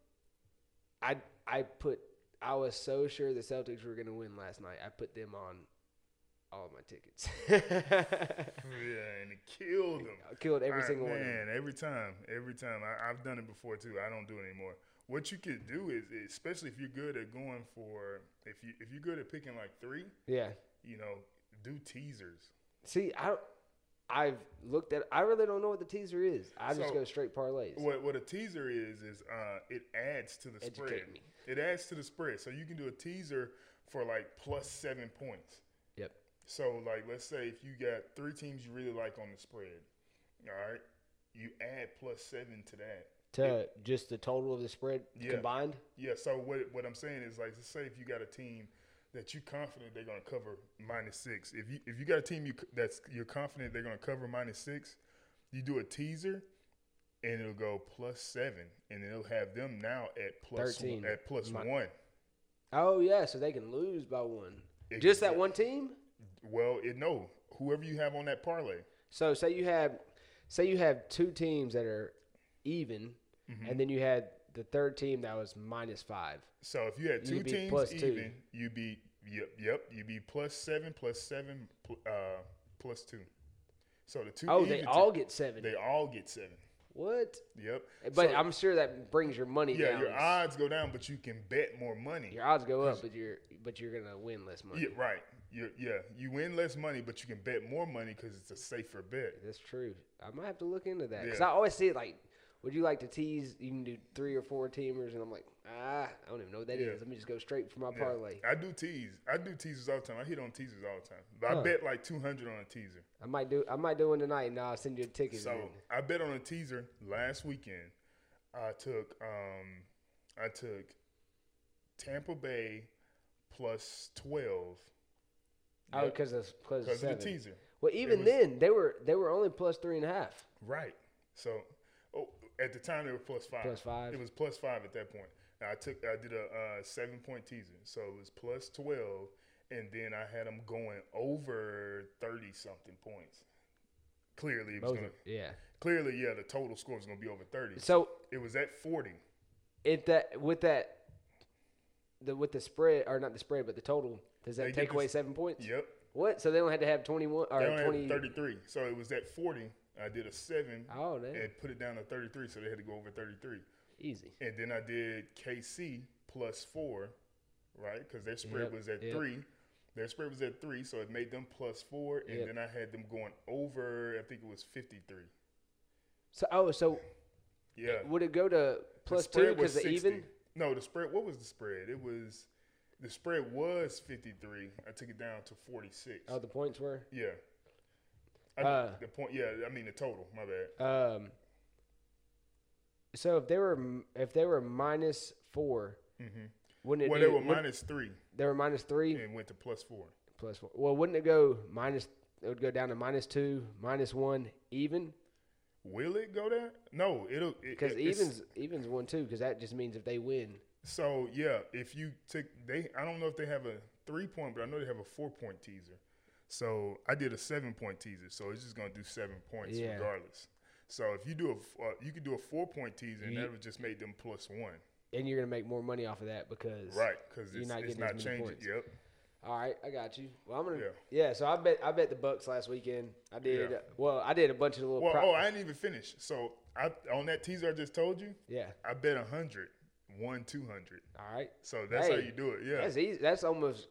Speaker 2: I I put I was so sure the Celtics were gonna win last night. I put them on all of my tickets.
Speaker 1: Yeah, and it killed them.
Speaker 2: I killed every single
Speaker 1: man,
Speaker 2: one. Of them.
Speaker 1: every time, every time. I, I've done it before too. I don't do it anymore. what you could do is, especially if you're good at going for, if you if you're good at picking like three,
Speaker 2: Yeah.
Speaker 1: you know, do teasers.
Speaker 2: See, I don't- I've looked at. I really don't know what the teaser is. I just
Speaker 1: So-
Speaker 2: go straight parlays.
Speaker 1: What what a teaser is is uh, it adds to the
Speaker 2: Educate
Speaker 1: spread.
Speaker 2: me.
Speaker 1: It adds to the spread. So you can do a teaser for like plus seven points.
Speaker 2: Yep.
Speaker 1: So like let's say if you got three teams you really like on the spread, all right, you add plus seven to that.
Speaker 2: To just the total of the spread
Speaker 1: Yeah.
Speaker 2: combined.
Speaker 1: Yeah. So what what I'm saying is like let's say if you got a team that you confident they're gonna cover minus six. If you if you got a team you c- that's you're confident they're gonna cover minus six, you do a teaser. And it'll go plus seven, and it'll have them now at plus
Speaker 2: 13.
Speaker 1: at plus
Speaker 2: Mi-
Speaker 1: one.
Speaker 2: Oh yeah, so they can lose by one. Just that
Speaker 1: Exact-
Speaker 2: one team.
Speaker 1: Well, it no. Whoever you have on that parlay,
Speaker 2: So say you have, say you have two teams that are even,
Speaker 1: Mm-hmm.
Speaker 2: and then you had the third team that was minus five.
Speaker 1: So if you had two
Speaker 2: You'd be
Speaker 1: teams
Speaker 2: plus two.
Speaker 1: even, you'd be yep, yep, you'd be plus seven, plus seven, pl- uh, plus two. So the two.
Speaker 2: Oh, they
Speaker 1: even
Speaker 2: all
Speaker 1: te-
Speaker 2: get seven.
Speaker 1: They all get seven.
Speaker 2: what?
Speaker 1: Yep.
Speaker 2: But
Speaker 1: So,
Speaker 2: I'm sure that brings your money
Speaker 1: yeah,
Speaker 2: down.
Speaker 1: your odds go down, but you can bet more money.
Speaker 2: Your odds go up, but you're but you're gonna win less money.
Speaker 1: Yeah, right. You're, yeah, you win less money, but you can bet more money because it's a safer bet.
Speaker 2: That's true. I might have to look into that because
Speaker 1: Yeah.
Speaker 2: I always see it like, would you like to tease? You can do three or four teamers, and I'm like, ah, I don't even know what that is.
Speaker 1: Yeah.
Speaker 2: Let me just go straight for my
Speaker 1: Yeah.
Speaker 2: parlay.
Speaker 1: I do tease. I do teasers all the time. I hit on teasers all the time. But I bet like two hundred on a teaser.
Speaker 2: I might do. I might do one tonight, and I'll send you a ticket.
Speaker 1: So
Speaker 2: and-
Speaker 1: I bet on a teaser last weekend. I took um, I took Tampa Bay plus twelve
Speaker 2: oh, because of
Speaker 1: because
Speaker 2: because of
Speaker 1: of
Speaker 2: seven.
Speaker 1: the teaser.
Speaker 2: Well, even
Speaker 1: was-
Speaker 2: then they were they were only plus three and a half.
Speaker 1: Right. So oh, at the time they were plus five.
Speaker 2: Plus five.
Speaker 1: It was plus five at that point. Now I took I did a uh, seven point teaser, so it was plus twelve, and then I had them going over thirty something points. Clearly, it was
Speaker 2: Those
Speaker 1: gonna.
Speaker 2: are- yeah.
Speaker 1: Clearly, yeah, the total score was gonna be over thirty.
Speaker 2: So
Speaker 1: it was at forty.
Speaker 2: it that with that the with the spread or not the spread but the total does that
Speaker 1: They get
Speaker 2: take away
Speaker 1: this-
Speaker 2: seven points?
Speaker 1: Yep.
Speaker 2: What? So they don't have to have twenty one
Speaker 1: I
Speaker 2: or
Speaker 1: only
Speaker 2: twenty.
Speaker 1: had 33. So it was at 40. I did a 7
Speaker 2: Oh, damn.
Speaker 1: and put it down to 33. So they had to go over 33.
Speaker 2: Easy.
Speaker 1: And then I did KC plus 4, right? Because their spread
Speaker 2: Yep,
Speaker 1: was at
Speaker 2: yep.
Speaker 1: 3. Their spread was at 3. So it made them plus 4. And
Speaker 2: Yep.
Speaker 1: then I had them going over, I think it was 53.
Speaker 2: So oh, so
Speaker 1: Yeah.
Speaker 2: would it go to plus two because the even?
Speaker 1: No, the spread, what was the spread? It was, the spread was 53. I took it down to 46.
Speaker 2: Oh, the points were.
Speaker 1: yeah. I,
Speaker 2: Uh,
Speaker 1: the point, yeah, I mean the total, my bad.
Speaker 2: Um. So if they were m- if they were minus four, wouldn't it?
Speaker 1: Mm-hmm. Well,
Speaker 2: do,
Speaker 1: they were
Speaker 2: wouldn't-
Speaker 1: minus three
Speaker 2: they were minus three
Speaker 1: and went to plus four.
Speaker 2: plus four. Well, wouldn't it go minus? It would go down to minus two, minus one, even.
Speaker 1: Will it go there? No, it'll
Speaker 2: Because
Speaker 1: it- it's-
Speaker 2: evens evens one too. Because that just means if they win,
Speaker 1: So yeah, if you took they, I don't know if they have a three point, but I know they have a four point teaser. So I did a seven point teaser. So it's just gonna do seven points
Speaker 2: Yeah.
Speaker 1: regardless. So if you do a, f- uh, you could do a four point teaser, and
Speaker 2: You-
Speaker 1: that would just make them plus one,
Speaker 2: and you're gonna make more money off of that because
Speaker 1: right? Because
Speaker 2: you're
Speaker 1: it's
Speaker 2: not
Speaker 1: not, it's
Speaker 2: getting as
Speaker 1: not
Speaker 2: many
Speaker 1: changing.
Speaker 2: points.
Speaker 1: Yep.
Speaker 2: All right, I got you. Well, I'm gonna
Speaker 1: Yeah.
Speaker 2: yeah. so I bet I bet the Bucks last weekend. I did
Speaker 1: Yeah.
Speaker 2: uh, well. I did a bunch of little
Speaker 1: Well,
Speaker 2: prop-
Speaker 1: oh, I didn't even finish. So I on that teaser I just told you,
Speaker 2: yeah.
Speaker 1: I bet a hundred, one two hundred.
Speaker 2: All right,
Speaker 1: So that's how
Speaker 2: Hey,
Speaker 1: you do it. Yeah.
Speaker 2: that's easy. That's almost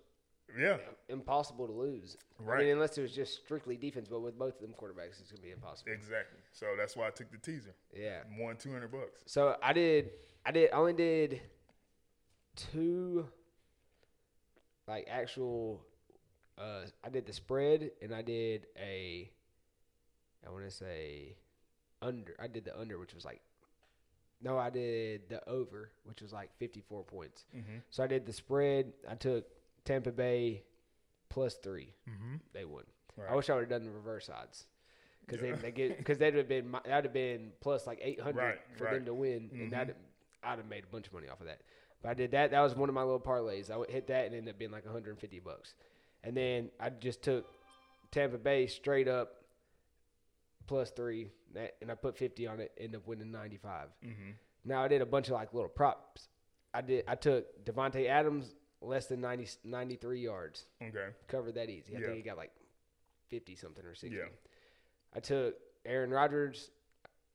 Speaker 1: yeah.
Speaker 2: impossible to lose. I
Speaker 1: Right.
Speaker 2: mean, unless it was just strictly defense, but with both of them quarterbacks, it's gonna be impossible.
Speaker 1: Exactly. So that's why I took the teaser.
Speaker 2: Yeah.
Speaker 1: Won two hundred bucks.
Speaker 2: So I did. I did. I only did two, like actual. Uh, I did the spread, and I did a. I want to say, under. I did the under, which was like. No, I did the over, which was like fifty-four points. So I did the spread. I took Tampa Bay plus 3 Mm-hmm. They won. I
Speaker 1: Right.
Speaker 2: wish I would have done the reverse odds. Because
Speaker 1: Yeah.
Speaker 2: then they get because they'd have been mi- that'd have been plus like eight hundred
Speaker 1: Right,
Speaker 2: for them
Speaker 1: right. Mm-hmm.
Speaker 2: to win, and that I'd have made a bunch of money off of that. But I did that. That was one of my little parlays. I would hit that and end up being like 150 bucks. And then I just took Tampa Bay straight up plus three, that, and I put 50 on it. End up winning 95. Mm-hmm. Now I did a bunch of like little props. I did. I took Devonte Adams less than 90, 93 yards.
Speaker 1: Okay.
Speaker 2: Covered that easy. I
Speaker 1: Yeah.
Speaker 2: think he got like 50 something or 60.
Speaker 1: Yeah.
Speaker 2: I took Aaron Rodgers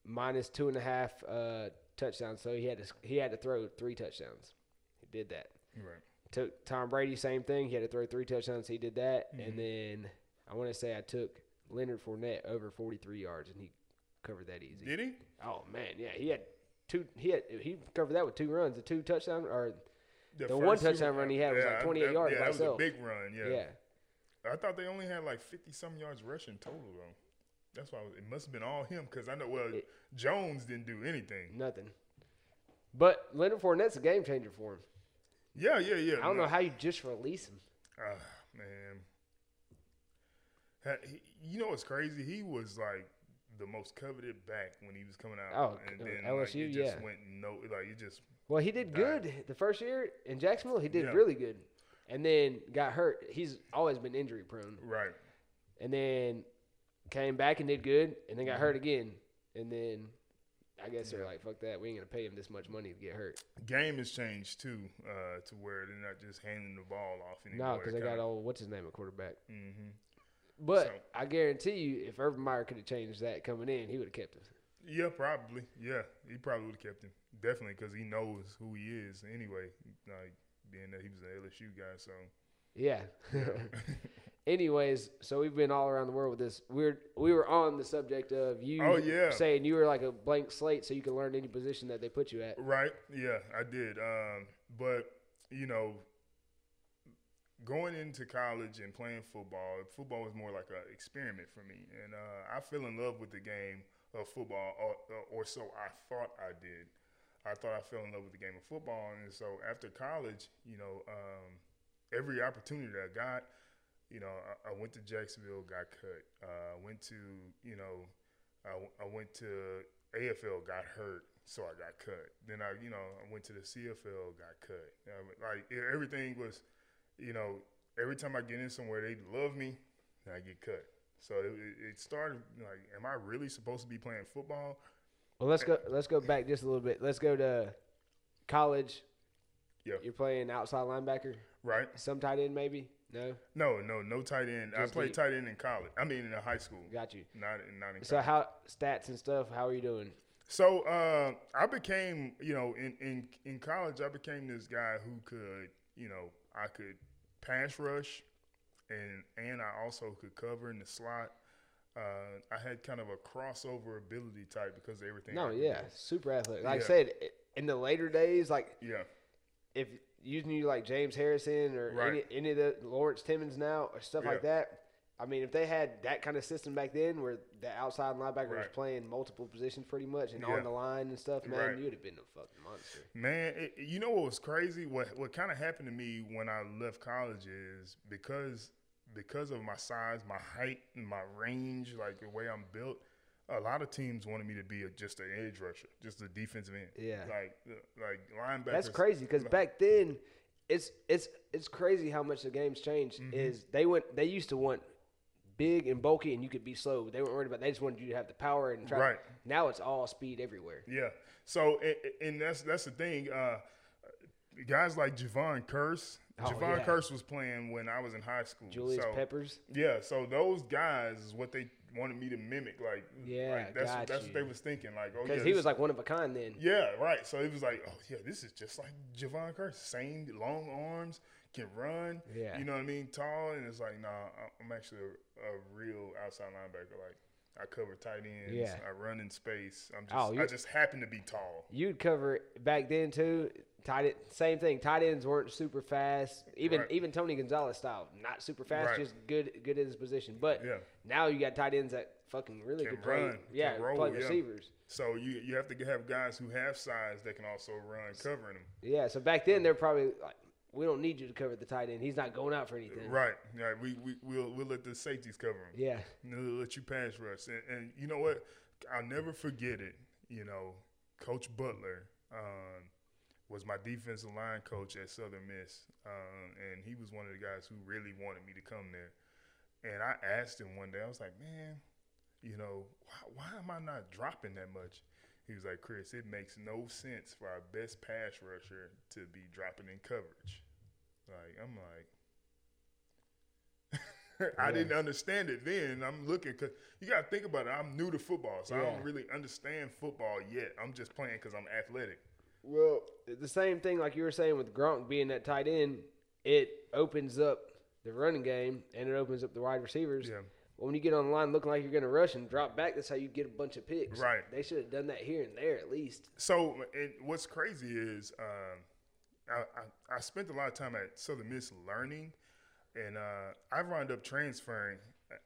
Speaker 2: minus two and a half uh, touchdowns, so he had to he had to throw three touchdowns. He did that.
Speaker 1: Right.
Speaker 2: Took Tom Brady, same thing. He had to throw three touchdowns. He did that,
Speaker 1: Mm-hmm.
Speaker 2: and then I want to say I took Leonard Fournette over forty three yards, and he covered that easy.
Speaker 1: Did he?
Speaker 2: Oh man, yeah, he had two. He had he covered that with two runs, the two touchdown or The one
Speaker 1: first two-
Speaker 2: touchdown run he had was like
Speaker 1: I-
Speaker 2: 28
Speaker 1: that-
Speaker 2: yards
Speaker 1: Yeah,
Speaker 2: by
Speaker 1: that was a
Speaker 2: itself.
Speaker 1: big run.
Speaker 2: yeah.
Speaker 1: Yeah. I thought they only had like fifty some yards rushing total though. That's why I was- it must have been all him because I know well
Speaker 2: It-
Speaker 1: Jones didn't do anything.
Speaker 2: nothing. But Leonard Fournette's a game changer for him.
Speaker 1: Yeah, yeah, yeah.
Speaker 2: I don't
Speaker 1: no.
Speaker 2: know how you just release him.
Speaker 1: Ah, man. Ha- he- You know what's crazy? He was like the most coveted back when he was coming out.
Speaker 2: Oh,
Speaker 1: and
Speaker 2: uh,
Speaker 1: then like,
Speaker 2: LSU,
Speaker 1: it just
Speaker 2: yeah.
Speaker 1: went no, like it just
Speaker 2: Well, he did
Speaker 1: Right.
Speaker 2: good the first year in Jacksonville. He did
Speaker 1: Yeah.
Speaker 2: really good, and then got hurt. He's always been injury prone,
Speaker 1: right.
Speaker 2: and then came back and did good, and then got hurt again, and then I guess they're like, "Fuck that, we ain't gonna pay him this much money to get hurt."
Speaker 1: Game has changed too, uh, to where they're not just handing the ball off anymore.
Speaker 2: No, because they got old what's his name a quarterback.
Speaker 1: hmm
Speaker 2: But
Speaker 1: So-
Speaker 2: I guarantee you, if Urban Meyer could have changed that coming in, he would have kept it.
Speaker 1: Yeah, probably. Yeah, he probably would have kept him definitely because he knows who he is anyway. Like being that he was an LSU guy, so
Speaker 2: Yeah. Anyways, so we've been all around the world with this. We're we were on the subject of you
Speaker 1: Oh, yeah.
Speaker 2: saying you were like a blank slate, so you can learn any position that they put you at.
Speaker 1: Right. Yeah, I did. Um, but you know, going into college and playing football, football was more like an experiment for me, and uh, I fell in love with the game of football, or, or so I thought I did. I thought I fell in love with the game of football, and so after college, you know, um, every opportunity that I got, you know, I, I went to Jacksonville, got cut. Uh, went to, you know, I, I went to AFL, got hurt, so I got cut. Then I, you know, I went to the CFL, got cut. I mean, like e- everything was, you know, every time I get in somewhere, they love me, and I get cut. So it, it- it started like, am I really supposed to be playing football?
Speaker 2: Well, let's go let's go back just a little bit. Let's go to college.
Speaker 1: Yeah.
Speaker 2: You're playing outside linebacker,
Speaker 1: Right?
Speaker 2: some tight end maybe. No,
Speaker 1: No, no, no tight end.
Speaker 2: Just
Speaker 1: I played
Speaker 2: leave.
Speaker 1: tight end in college. I mean, in high school,
Speaker 2: got you.
Speaker 1: not not in
Speaker 2: So how stats and stuff? How are you doing?
Speaker 1: So uh, I became, you know, in, in in college, I became this guy who could, you know, I could pass rush, and and I also could cover in the slot. Uh, I had kind of a crossover ability type because of everything. I
Speaker 2: No,
Speaker 1: could
Speaker 2: yeah, super athletic. Like I
Speaker 1: Yeah.
Speaker 2: said, i- in the later days, like
Speaker 1: do. yeah,
Speaker 2: if you knew like James Harrison or
Speaker 1: Right.
Speaker 2: any, any of the Lawrence Timmons now or stuff like
Speaker 1: Yeah.
Speaker 2: that, I mean, if they had that kind of system back then where the outside linebacker was
Speaker 1: Right.
Speaker 2: playing multiple positions pretty much and
Speaker 1: Yeah.
Speaker 2: on the line and stuff, man,
Speaker 1: Right.
Speaker 2: you would have been a fucking monster.
Speaker 1: Man, it, you know what was crazy? What what kind of happened to me when I left college is because because of my size, my height, and my range, like the way I'm built. A lot of teams wanted me to be a, just an edge rusher, just a defensive end.
Speaker 2: Yeah.
Speaker 1: like uh, like linebacker.
Speaker 2: That's crazy because back then, it's it's it's crazy how much the game's changed.
Speaker 1: Mm-hmm.
Speaker 2: Is they went they used to want big and bulky and you could be slow. They weren't worried about. They just wanted you to have the power and try.
Speaker 1: Right.
Speaker 2: Now it's all speed everywhere.
Speaker 1: Yeah. So and, and that's that's the thing. Uh, guys like Javon Curse,
Speaker 2: Oh,
Speaker 1: Javon
Speaker 2: yeah.
Speaker 1: Curse was playing when I was in high school.
Speaker 2: Julius
Speaker 1: so,
Speaker 2: Peppers.
Speaker 1: Yeah, so those guys is what they wanted me to mimic. Like,
Speaker 2: Yeah,
Speaker 1: like, that's
Speaker 2: got
Speaker 1: that's
Speaker 2: you.
Speaker 1: what they was thinking. Like, oh
Speaker 2: Because
Speaker 1: yeah,
Speaker 2: he
Speaker 1: this-
Speaker 2: was like one of a kind then.
Speaker 1: yeah, right. So it was like, oh yeah, this is just like Javon Curse, same long arms, can run.
Speaker 2: Yeah.
Speaker 1: you know what I mean, tall. And it's like, nah, I- I'm actually a, a real outside linebacker. Like, I cover tight ends.
Speaker 2: Yeah.
Speaker 1: I run in space. I'm just,
Speaker 2: Oh,
Speaker 1: I
Speaker 2: you're-
Speaker 1: just happen to be tall.
Speaker 2: you'd cover it back then too. Tight end, same thing. Tight ends weren't super fast. Even
Speaker 1: Right.
Speaker 2: even Tony Gonzalez style, not super fast,
Speaker 1: Right.
Speaker 2: just good good at his position. But
Speaker 1: Yeah.
Speaker 2: now you got tight ends that fucking really
Speaker 1: Can
Speaker 2: good play.
Speaker 1: run,
Speaker 2: yeah,
Speaker 1: can roll,
Speaker 2: play
Speaker 1: yeah.
Speaker 2: receivers.
Speaker 1: So you you have to have guys who have size that can also run covering them.
Speaker 2: Yeah. So back then they're probably like, we don't need you to cover the tight end. He's not going out for anything.
Speaker 1: Right. Yeah. We we we'll we'll let the safeties cover them.
Speaker 2: Yeah.
Speaker 1: And they'll let you pass rush. And, and you know what? I'll never forget it. You know, Coach Butler um, was my defensive line coach at Southern Miss, um, and he was one of the guys who really wanted me to come there. And I asked him one day, I was like, man, you know, why, why am I not dropping that much? He was like, Chris, it makes no sense for our best pass rusher to be dropping in coverage. Like, I'm like, I didn't understand it then. I'm looking because you got to think about it. I'm new to football, so I
Speaker 2: Yeah.
Speaker 1: don't really understand football yet. I'm just playing because I'm athletic.
Speaker 2: Well, the same thing like you were saying with Gronk being that tight end, it opens up the running game and it opens up the wide receivers.
Speaker 1: Yeah.
Speaker 2: When you get on the line looking like you're going to rush and drop back, that's how you get a bunch of picks.
Speaker 1: Right.
Speaker 2: They should have done that here and there at least.
Speaker 1: So, and what's crazy is um, I, I, I spent a lot of time at Southern Miss learning, and uh, I wound up transferring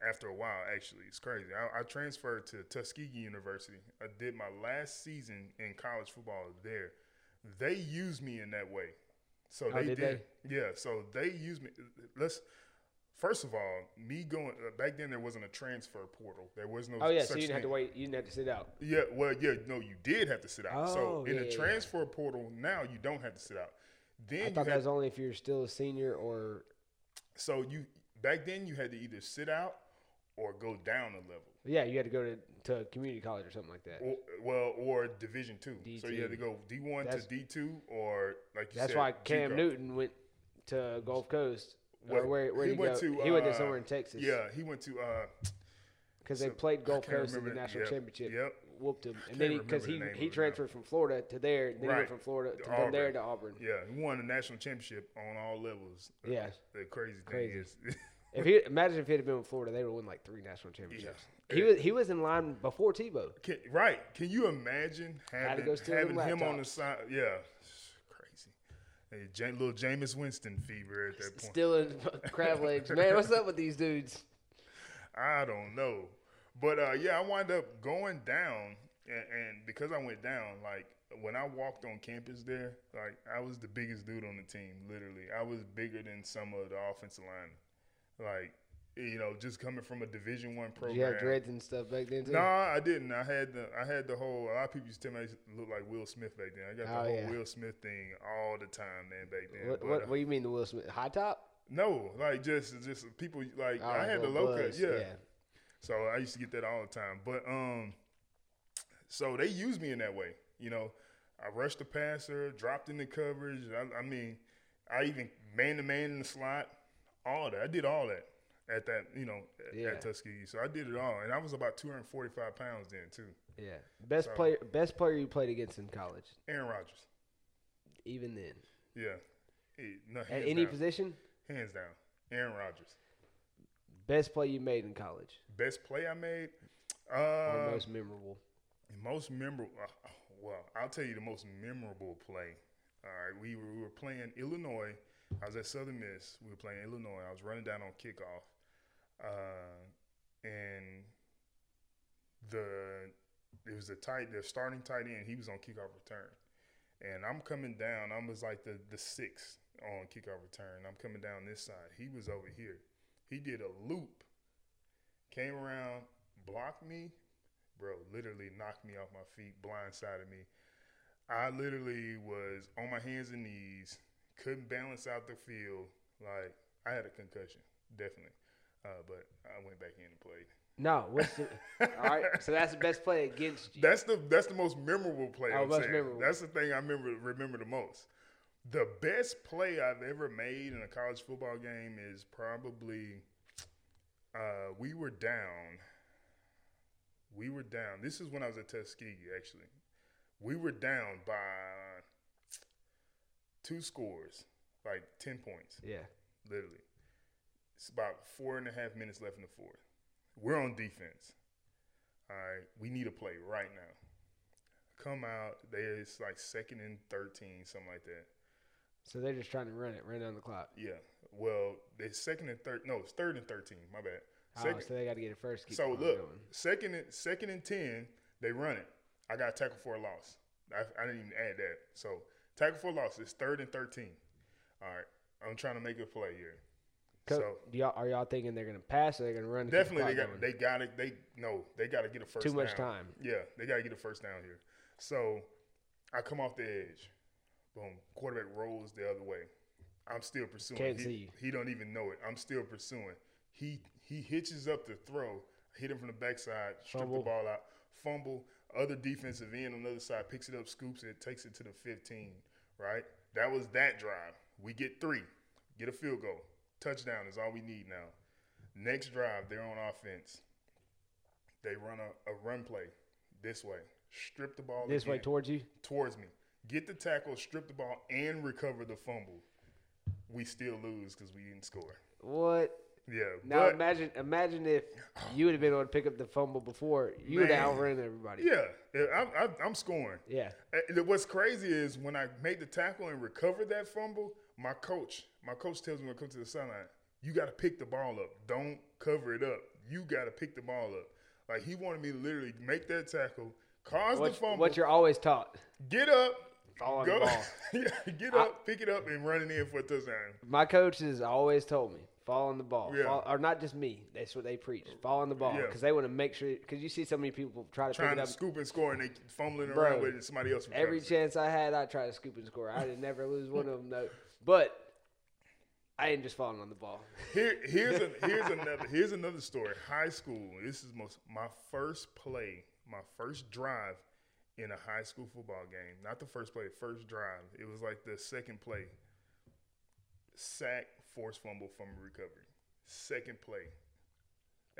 Speaker 1: after a while. Actually, it's crazy. I, I transferred to Tuskegee University. I did my last season in college football there. They used me in that way. So
Speaker 2: Oh,
Speaker 1: they
Speaker 2: did
Speaker 1: did. Yeah. So they used me. Let's. First of all, me going back then, there wasn't a transfer portal. There was no.
Speaker 2: Oh yeah, so
Speaker 1: such
Speaker 2: you didn't have to
Speaker 1: thing.
Speaker 2: wait. You didn't have to sit out.
Speaker 1: Yeah, well, yeah, no, you did have to sit out.
Speaker 2: Oh,
Speaker 1: so in
Speaker 2: yeah,
Speaker 1: the
Speaker 2: yeah,
Speaker 1: transfer portal now, you don't have to sit out. Then
Speaker 2: I
Speaker 1: you
Speaker 2: thought that
Speaker 1: had-
Speaker 2: was only if you're still a senior or
Speaker 1: so you back then you had to either sit out or go down a level,
Speaker 2: yeah, you had to go to, to community college or something like that.
Speaker 1: or, well, or Division two. So
Speaker 2: D2.
Speaker 1: you had to go D one to
Speaker 2: That's-
Speaker 1: D two, or like you
Speaker 2: That's
Speaker 1: said,
Speaker 2: why Cam
Speaker 1: JUCO.
Speaker 2: Newton went to Gulf Coast. Or
Speaker 1: Well,
Speaker 2: where where did he, go? he went to somewhere in
Speaker 1: uh,
Speaker 2: Texas.
Speaker 1: Yeah, he went to. uh
Speaker 2: because they played Gulf
Speaker 1: can't
Speaker 2: Coast in the
Speaker 1: remember.
Speaker 2: national
Speaker 1: Yep.
Speaker 2: championship.
Speaker 1: Yep.
Speaker 2: Whooped him, and
Speaker 1: can't
Speaker 2: then
Speaker 1: remember
Speaker 2: because
Speaker 1: the
Speaker 2: he,
Speaker 1: name of
Speaker 2: he,
Speaker 1: it now.
Speaker 2: transferred from Florida to there, then he went
Speaker 1: Right.
Speaker 2: from Florida to, from
Speaker 1: Auburn.
Speaker 2: there to Auburn.
Speaker 1: Yeah, he won a national championship on all levels. Uh,
Speaker 2: Yeah.
Speaker 1: the crazy
Speaker 2: Crazy.
Speaker 1: thing is,
Speaker 2: If he imagine if he had been with Florida, they would win like three national championships. He was he was in line before Tebow.
Speaker 1: Can, right? Can you imagine having,
Speaker 2: go steal
Speaker 1: having
Speaker 2: them
Speaker 1: him on
Speaker 2: laptops.
Speaker 1: the side? Yeah, crazy. Hey, Jam- little Jameis Winston fever at that point.
Speaker 2: Still in crab legs, man. What's up with these dudes?
Speaker 1: I don't know, but uh, yeah, I wind up going down, and, and because I went down, like when I walked on campus there, like I was the biggest dude on the team. Literally, I was bigger than some of the offensive line. Like you know, just coming from a Division One
Speaker 2: Did
Speaker 1: program.
Speaker 2: you have dreads and stuff back then too?
Speaker 1: No, I didn't. I had the I had the whole. A lot of people used to tell me I used to look like Will Smith back then. I got the
Speaker 2: Oh,
Speaker 1: whole
Speaker 2: yeah.
Speaker 1: Will Smith thing all the time, man. Back then,
Speaker 2: What,
Speaker 1: But,
Speaker 2: what,
Speaker 1: uh,
Speaker 2: what do you mean the Will Smith high top?
Speaker 1: no, like just just people like
Speaker 2: Oh,
Speaker 1: I had the
Speaker 2: little
Speaker 1: low cut,
Speaker 2: buzz,
Speaker 1: yeah. So I used to get that all the time. But um, so they used me in that way. You know, I rushed the passer, dropped in the coverage. I, I mean, I even man to man in the slot, all that. I did all that at that you know at,
Speaker 2: Yeah.
Speaker 1: at Tuskegee. So I did it all, and I was about two hundred forty five pounds then too.
Speaker 2: yeah. Best
Speaker 1: So-
Speaker 2: player, best player you played against in college,
Speaker 1: Aaron Rodgers.
Speaker 2: even then,
Speaker 1: Yeah. He- no,
Speaker 2: at
Speaker 1: hands
Speaker 2: any
Speaker 1: down.
Speaker 2: position.
Speaker 1: Hands down. Aaron Rodgers.
Speaker 2: Best play you made in college,
Speaker 1: Best play I made?
Speaker 2: or
Speaker 1: Uh, most.
Speaker 2: most memorable.
Speaker 1: memorable. Uh, well, I'll tell you the most memorable play. All right. We were, we were playing Illinois. I was at Southern Miss. We were playing Illinois. I was running down on kickoff. Uh, and the it was the tight the starting tight end he was on kickoff return and i'm coming down i was like the the sixth on kickoff return i'm coming down this side he was over here he did a loop came around blocked me bro literally knocked me off my feet blindsided me i literally was on my hands and knees couldn't balance out the field like i had a concussion definitely uh, but i went back in and played
Speaker 2: No, what's the, all right? So that's the best play against you.
Speaker 1: That's the that's the most memorable play.
Speaker 2: Oh,
Speaker 1: I'm
Speaker 2: most
Speaker 1: saying.
Speaker 2: memorable.
Speaker 1: That's the thing I remember remember the most. The best play I've ever made in a college football game is probably uh, we were down. We were down. This is when I was at Tuskegee, actually. We were down by two scores, like ten points,
Speaker 2: yeah,
Speaker 1: literally. It's about four and a half minutes left in the fourth. We're on defense. All right, we need a play right now. Come out. There's like second and thirteen, something like that.
Speaker 2: so they're just trying to run it, run down the clock.
Speaker 1: Yeah. Well, it's second and third. No, it's third and thirteen. My bad.
Speaker 2: Oh,
Speaker 1: Second.
Speaker 2: so they got to get it first. Keep
Speaker 1: so
Speaker 2: on
Speaker 1: look,
Speaker 2: going.
Speaker 1: second and second and ten, they run it. I got tackled for a loss. I, I didn't even add that. So tackle for a loss. It's third and thirteen. All right, I'm trying to make a play here.
Speaker 2: Co-
Speaker 1: so-
Speaker 2: do y'all, are y'all thinking they're gonna pass or they're gonna run? to keep the
Speaker 1: Definitely, they
Speaker 2: clock
Speaker 1: got
Speaker 2: going?
Speaker 1: they got to they no they got to get a first.
Speaker 2: Too much
Speaker 1: down.
Speaker 2: time.
Speaker 1: Yeah, they got to get a first down here. So I come off the edge. Boom, quarterback rolls the other way. I'm still pursuing.
Speaker 2: Can't
Speaker 1: he,
Speaker 2: see you.
Speaker 1: He don't even know it. I'm still pursuing. He he hitches up the throw. Hit him from the backside. Strip
Speaker 2: Fumble.
Speaker 1: the ball out. Fumble. Other defensive end on the other side picks it up, scoops it, takes it to the 15. Right. That was that drive. We get three. Get a field goal. Touchdown is all we need now. Next drive, they're on offense. They run a, a run play this way. Strip the ball
Speaker 2: This way
Speaker 1: again
Speaker 2: towards you.
Speaker 1: towards me. Get the tackle, strip the ball, and recover the fumble. We still lose because we didn't score.
Speaker 2: What?
Speaker 1: Yeah.
Speaker 2: Now
Speaker 1: but-
Speaker 2: imagine, imagine if you would have been able to pick up the fumble before you would
Speaker 1: Man.
Speaker 2: have outrun everybody.
Speaker 1: yeah, yeah, I'm, I'm, I'm scoring.
Speaker 2: Yeah.
Speaker 1: Uh, What's crazy is when I made the tackle and recovered that fumble, my coach, my coach tells me when I come to the sideline, you got to pick the ball up. Don't cover it up. You got to pick the ball up. Like he wanted me to literally make that tackle, cause
Speaker 2: What,
Speaker 1: the fumble,
Speaker 2: what you're always taught.
Speaker 1: get up,
Speaker 2: Follow the
Speaker 1: go,
Speaker 2: ball.
Speaker 1: yeah, get up, pick it up, and run it in for a touchdown.
Speaker 2: My coach has always told me, fall on the ball.
Speaker 1: Yeah.
Speaker 2: Fall, or not just me. That's what they preach. Fall on the ball.
Speaker 1: Yeah.
Speaker 2: Because they want to make sure, because you see so many people try to
Speaker 1: Trying
Speaker 2: pick it
Speaker 1: to
Speaker 2: up.
Speaker 1: scoop and score, and they fumbling
Speaker 2: Bro,
Speaker 1: around with it. And somebody else. recovers
Speaker 2: Every
Speaker 1: it.
Speaker 2: chance I had, I tried to scoop and score. I did never lose one of them, though. But I ain't just falling on the ball.
Speaker 1: Here, here's a, here's another here's another story. High school. This is most my first play, my first drive in a high school football game. Not the first play, first drive. It was like the second play. Sack, forced fumble, fumble recovery. Second play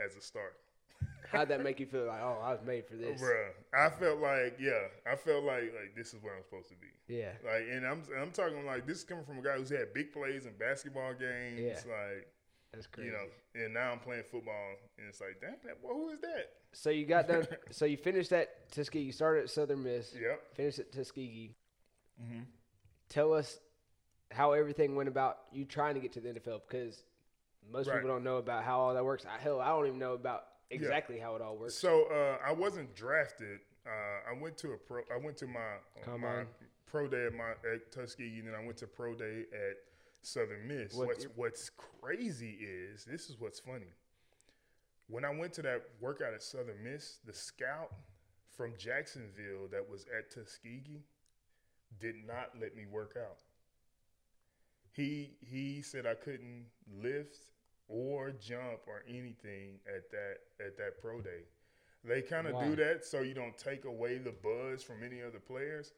Speaker 1: as a start.
Speaker 2: How'd that make you feel? Like, oh, I was made for this.
Speaker 1: Bruh, I felt like yeah, I felt like like this is where I'm supposed to be.
Speaker 2: Yeah.
Speaker 1: Like, and I'm I'm talking like this is coming from a guy who's had big plays in basketball games.
Speaker 2: Yeah.
Speaker 1: Like
Speaker 2: That's crazy.
Speaker 1: you know, and now I'm playing football, and it's like, dang, that boy, who is that?
Speaker 2: So you got done. so you finished at Tuskegee. You started at Southern Miss.
Speaker 1: Yep. Mm-hmm.
Speaker 2: Finished at Tuskegee. Tell us how everything went about you trying to get to the NFL because most
Speaker 1: Right.
Speaker 2: people don't know about how all that works. I, hell, I don't even know about exactly how it all works.
Speaker 1: So uh, I wasn't drafted. Uh, I went to a pro. I went to my my
Speaker 2: Combine.
Speaker 1: pro day at my at Tuskegee, and then I went to pro day at Southern Miss.
Speaker 2: What-
Speaker 1: what's What's crazy is this is what's funny. When I went to that workout at Southern Miss, the scout from Jacksonville that was at Tuskegee did not let me work out. He he said I couldn't lift or jump or anything at that at that pro day. They kind of
Speaker 2: Wow.
Speaker 1: do that so you don't take away the buzz from any other players.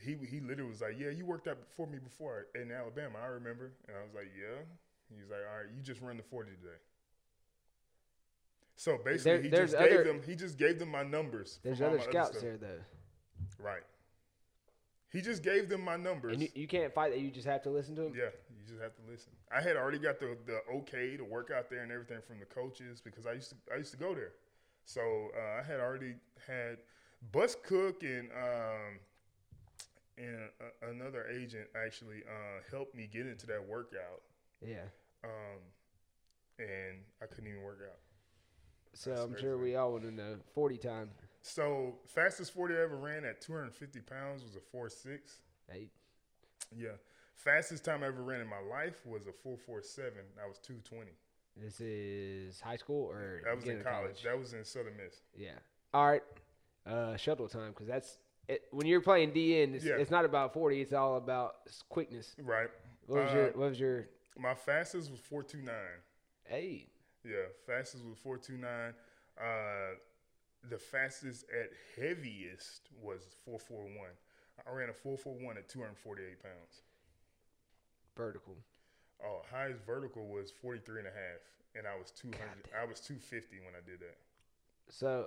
Speaker 1: He he literally was like, "Yeah, you worked out for me before in Alabama. I remember." And I was like, "Yeah." He was like, "All right, you just run the forty today." So basically,
Speaker 2: There-
Speaker 1: he
Speaker 2: there's
Speaker 1: just gave
Speaker 2: other-
Speaker 1: them he just gave them my numbers.
Speaker 2: There's
Speaker 1: from all
Speaker 2: other
Speaker 1: my
Speaker 2: scouts
Speaker 1: stuff.
Speaker 2: there though,
Speaker 1: Right. He just gave them my numbers.
Speaker 2: and you, you can't fight that. You just have to listen to them.
Speaker 1: yeah, you just have to listen. I had already got the, the okay to work out there and everything from the coaches because I used to I used to go there. So uh, I had already had Bus Cook and um, and a, another agent actually uh, helped me get into that workout,
Speaker 2: Yeah.
Speaker 1: um, and I couldn't even work out.
Speaker 2: So
Speaker 1: That's
Speaker 2: I'm sure
Speaker 1: crazy.
Speaker 2: we all want to know. Forty time.
Speaker 1: So fastest forty I ever ran at 250 pounds was a four six.
Speaker 2: Hey,
Speaker 1: Yeah. Fastest time I ever ran in my life was a 447. I was 220.
Speaker 2: this is high school or
Speaker 1: That was in
Speaker 2: beginning
Speaker 1: college.
Speaker 2: of
Speaker 1: That was in Southern Miss.
Speaker 2: Yeah. All right. Uh, shuttle time because that's it, when you're playing DN. It's,
Speaker 1: Yeah.
Speaker 2: it's not about forty. It's all about s- quickness.
Speaker 1: Right.
Speaker 2: What was
Speaker 1: Uh,
Speaker 2: your What was your
Speaker 1: My fastest was 429.
Speaker 2: hey?
Speaker 1: Yeah. Fastest was 429. Uh, the fastest at heaviest was 441. I ran a 441 at 248 pounds.
Speaker 2: Vertical.
Speaker 1: Oh, highest vertical was 43 and a half. And I was 200. I was 250 when I did that.
Speaker 2: So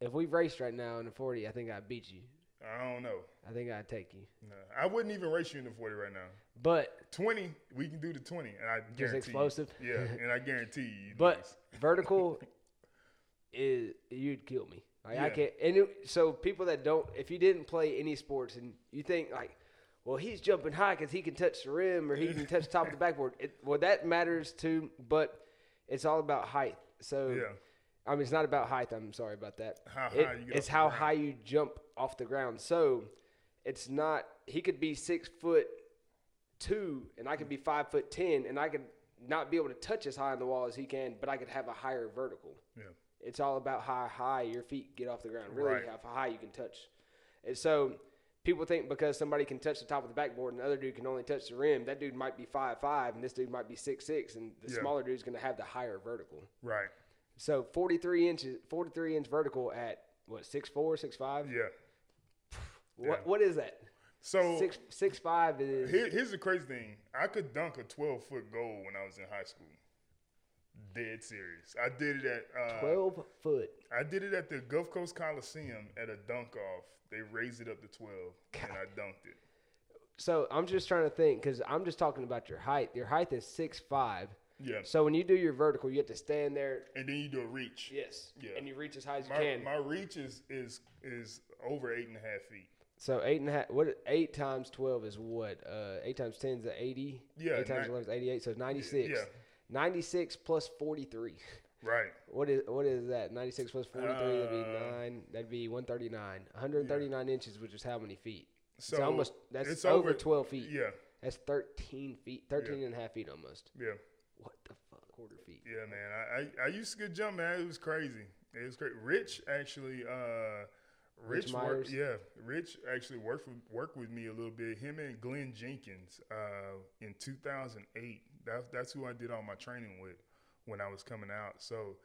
Speaker 2: if we raced right now in the forty, I think I beat you.
Speaker 1: I don't know.
Speaker 2: I think I'd take you.
Speaker 1: No, I wouldn't even race you in the 40 right now.
Speaker 2: But
Speaker 1: 20, we can do the 20. And I guarantee. you-
Speaker 2: explosive?
Speaker 1: yeah, and I guarantee you. you
Speaker 2: but
Speaker 1: lose.
Speaker 2: vertical is you'd kill me. Like I
Speaker 1: Yeah.
Speaker 2: can't. And it, so people that don't, if you didn't play any sports and you think like, well, he's jumping high because he can touch the rim or he can touch the top of the backboard. It, well, that matters too, but it's all about height. So.
Speaker 1: Yeah.
Speaker 2: I mean, it's not about height. I'm sorry about that.
Speaker 1: How
Speaker 2: It-
Speaker 1: high you get
Speaker 2: it's
Speaker 1: off the
Speaker 2: how
Speaker 1: ground.
Speaker 2: high you jump off the ground. So it's not. He could be six foot two, and I could be five foot ten, and I could not be able to touch as high on the wall as he can, but I could have a higher vertical.
Speaker 1: yeah.
Speaker 2: It's all about how high your feet get off the ground. Really,
Speaker 1: Right.
Speaker 2: how high you can touch. And so people think because somebody can touch the top of the backboard and the other dude can only touch the rim, that dude might be five five, and this dude might be six six, and the
Speaker 1: Yeah.
Speaker 2: smaller dude's going to have the higher vertical.
Speaker 1: Right.
Speaker 2: So 43 inches, 43 inch vertical at what, 6'4, 6'5?
Speaker 1: Yeah.
Speaker 2: What, what is that?
Speaker 1: So
Speaker 2: Six six five is
Speaker 1: here- here's the crazy thing. I could dunk a 12 foot goal when I was in high school. Dead serious. I did it at uh,
Speaker 2: Twelve foot.
Speaker 1: I did it at the Gulf Coast Coliseum at a dunk off. They raised it up to twelve, and I dunked it.
Speaker 2: So I'm just trying to think because I'm just talking about your height. Your height is six five.
Speaker 1: Yeah.
Speaker 2: So when you do your vertical, you have to stand there.
Speaker 1: And then you do a reach.
Speaker 2: Yes.
Speaker 1: Yeah.
Speaker 2: And you reach as high as you
Speaker 1: My,
Speaker 2: can.
Speaker 1: my reach is is is over eight and a half feet.
Speaker 2: so eight and a half. What? Eight times twelve is what? Uh, eight times ten is eighty.
Speaker 1: Yeah,
Speaker 2: Eight times
Speaker 1: ni-
Speaker 2: eleven is eighty-eight. So it's ninety-six.
Speaker 1: Yeah.
Speaker 2: Ninety-six plus forty-three.
Speaker 1: Right.
Speaker 2: What is what is that? Ninety-six plus forty-three. that'd be
Speaker 1: Uh,
Speaker 2: nine. That'd be one thirty-nine. One hundred thirty-nine inches, which is how many feet?
Speaker 1: So
Speaker 2: it's almost that's
Speaker 1: it's
Speaker 2: over,
Speaker 1: over-
Speaker 2: twelve feet.
Speaker 1: Yeah.
Speaker 2: That's thirteen feet. 13 and a half feet almost.
Speaker 1: Yeah.
Speaker 2: What the fuck? Quarter feet.
Speaker 1: Yeah, man. I, I, I used to get jump, man. It was crazy. It was great. Rich actually, uh,
Speaker 2: Rich
Speaker 1: Rich, worked.
Speaker 2: Myers?
Speaker 1: Yeah, Rich actually worked with, worked with me a little bit. Him and Glenn Jenkins uh, in 2008. That, that's who I did all my training with when I was coming out. So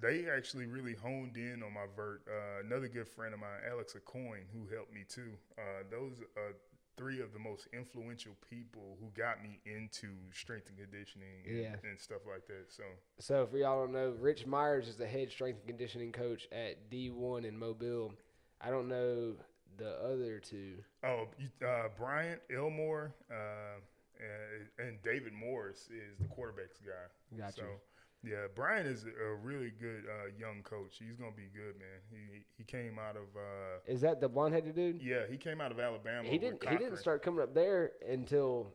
Speaker 1: they actually really honed in on my vert. Uh, another good friend of mine, Alex Acoin, who helped me too. Uh, those are three of the most influential people who got me into strength and conditioning and,
Speaker 2: Yeah.
Speaker 1: and stuff like that. So.
Speaker 2: So for y'all don't know, Rich Myers is the head strength and conditioning coach at D1 in Mobile. I don't know the other two.
Speaker 1: Oh, you- uh, Bryant Elmore uh, and, and David Morris is the quarterbacks guy.
Speaker 2: Gotcha.
Speaker 1: So, yeah, Bryant is a really good uh, young coach. He's gonna be good, man. He he came out of uh,
Speaker 2: Is that the blonde-headed dude?
Speaker 1: yeah he came out of Alabama.
Speaker 2: he
Speaker 1: with
Speaker 2: didn't. He
Speaker 1: Cochran.
Speaker 2: didn't start coming up there until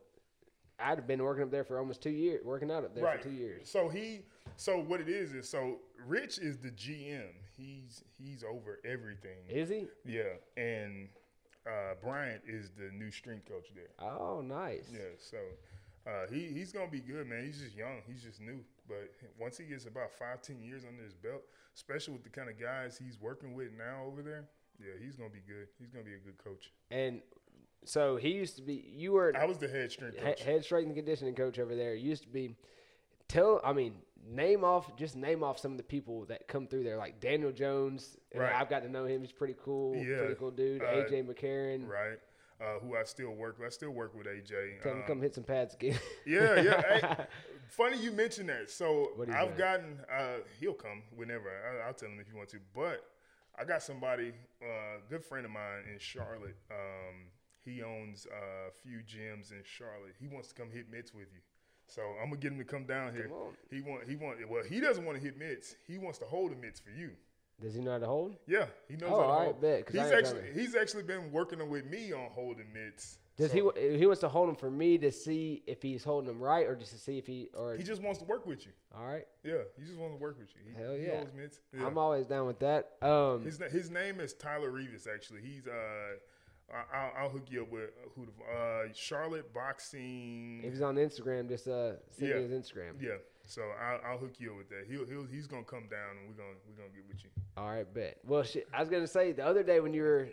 Speaker 2: I'd have been working up there for almost two years, working out up there for two years.
Speaker 1: So he, so what it is is so Rich is the GM. He's he's over everything.
Speaker 2: Is he?
Speaker 1: yeah, and uh, Bryant is the new strength coach there.
Speaker 2: Oh, nice.
Speaker 1: Yeah, so uh, he he's gonna be good, man. He's just young, he's just new. But once he gets about five, ten years under his belt, especially with the kind of guys he's working with now over there, yeah, he's gonna be good. He's gonna be a good coach.
Speaker 2: And so he used to be. You were
Speaker 1: I was the head strength
Speaker 2: he-
Speaker 1: coach.
Speaker 2: head strength and conditioning coach over there. Used to be. Tell. I mean, name off. Just name off some of the people that come through there, like Daniel Jones. and
Speaker 1: Right.
Speaker 2: I've got to know him. He's pretty cool.
Speaker 1: Yeah.
Speaker 2: Pretty cool dude.
Speaker 1: Uh,
Speaker 2: AJ McCarron.
Speaker 1: Right. Uh, who I still work with. I still work with AJ.
Speaker 2: Tell him to
Speaker 1: Um,
Speaker 2: come hit some pads again.
Speaker 1: Yeah, yeah. Hey, funny you mentioned that. So
Speaker 2: What is
Speaker 1: I've
Speaker 2: that?
Speaker 1: gotten. Uh, he'll come whenever. I, I'll tell him if you want to. But I got somebody, uh, good friend of mine in Charlotte. Um, he owns uh, a few gyms in Charlotte. He wants to come hit mitts with you. So I'm gonna get him to come down here.
Speaker 2: Come on.
Speaker 1: He want he want well he doesn't want to hit mitts. He wants to hold the mitts for you.
Speaker 2: Does he know how to hold?
Speaker 1: Yeah, he knows.
Speaker 2: Oh,
Speaker 1: how to
Speaker 2: all right,
Speaker 1: hold.
Speaker 2: bet, 'cause I
Speaker 1: He's
Speaker 2: ain't
Speaker 1: actually
Speaker 2: done
Speaker 1: he's actually been working with me on holding mitts.
Speaker 2: Does
Speaker 1: So
Speaker 2: he he? He wants to hold him for me to see if he's holding him right, or just to see if he or.
Speaker 1: He just wants to work with you.
Speaker 2: all right.
Speaker 1: Yeah, he just wants to work with you. He,
Speaker 2: Hell
Speaker 1: he
Speaker 2: yeah.
Speaker 1: holds mitts. Yeah.
Speaker 2: I'm always down with that. Um,
Speaker 1: His na- his name is Tyler Revis. Actually, he's uh, I- I'll, I'll hook you up with who the uh Charlotte
Speaker 2: if
Speaker 1: boxing.
Speaker 2: he's on Instagram, just uh, send
Speaker 1: Yeah.
Speaker 2: me his Instagram.
Speaker 1: Yeah, so I'll, I'll hook you up with that. He'll he'll he's gonna come down and we're gonna we're gonna get with you.
Speaker 2: All right, bet. Well, shit, I was gonna say the other day when you were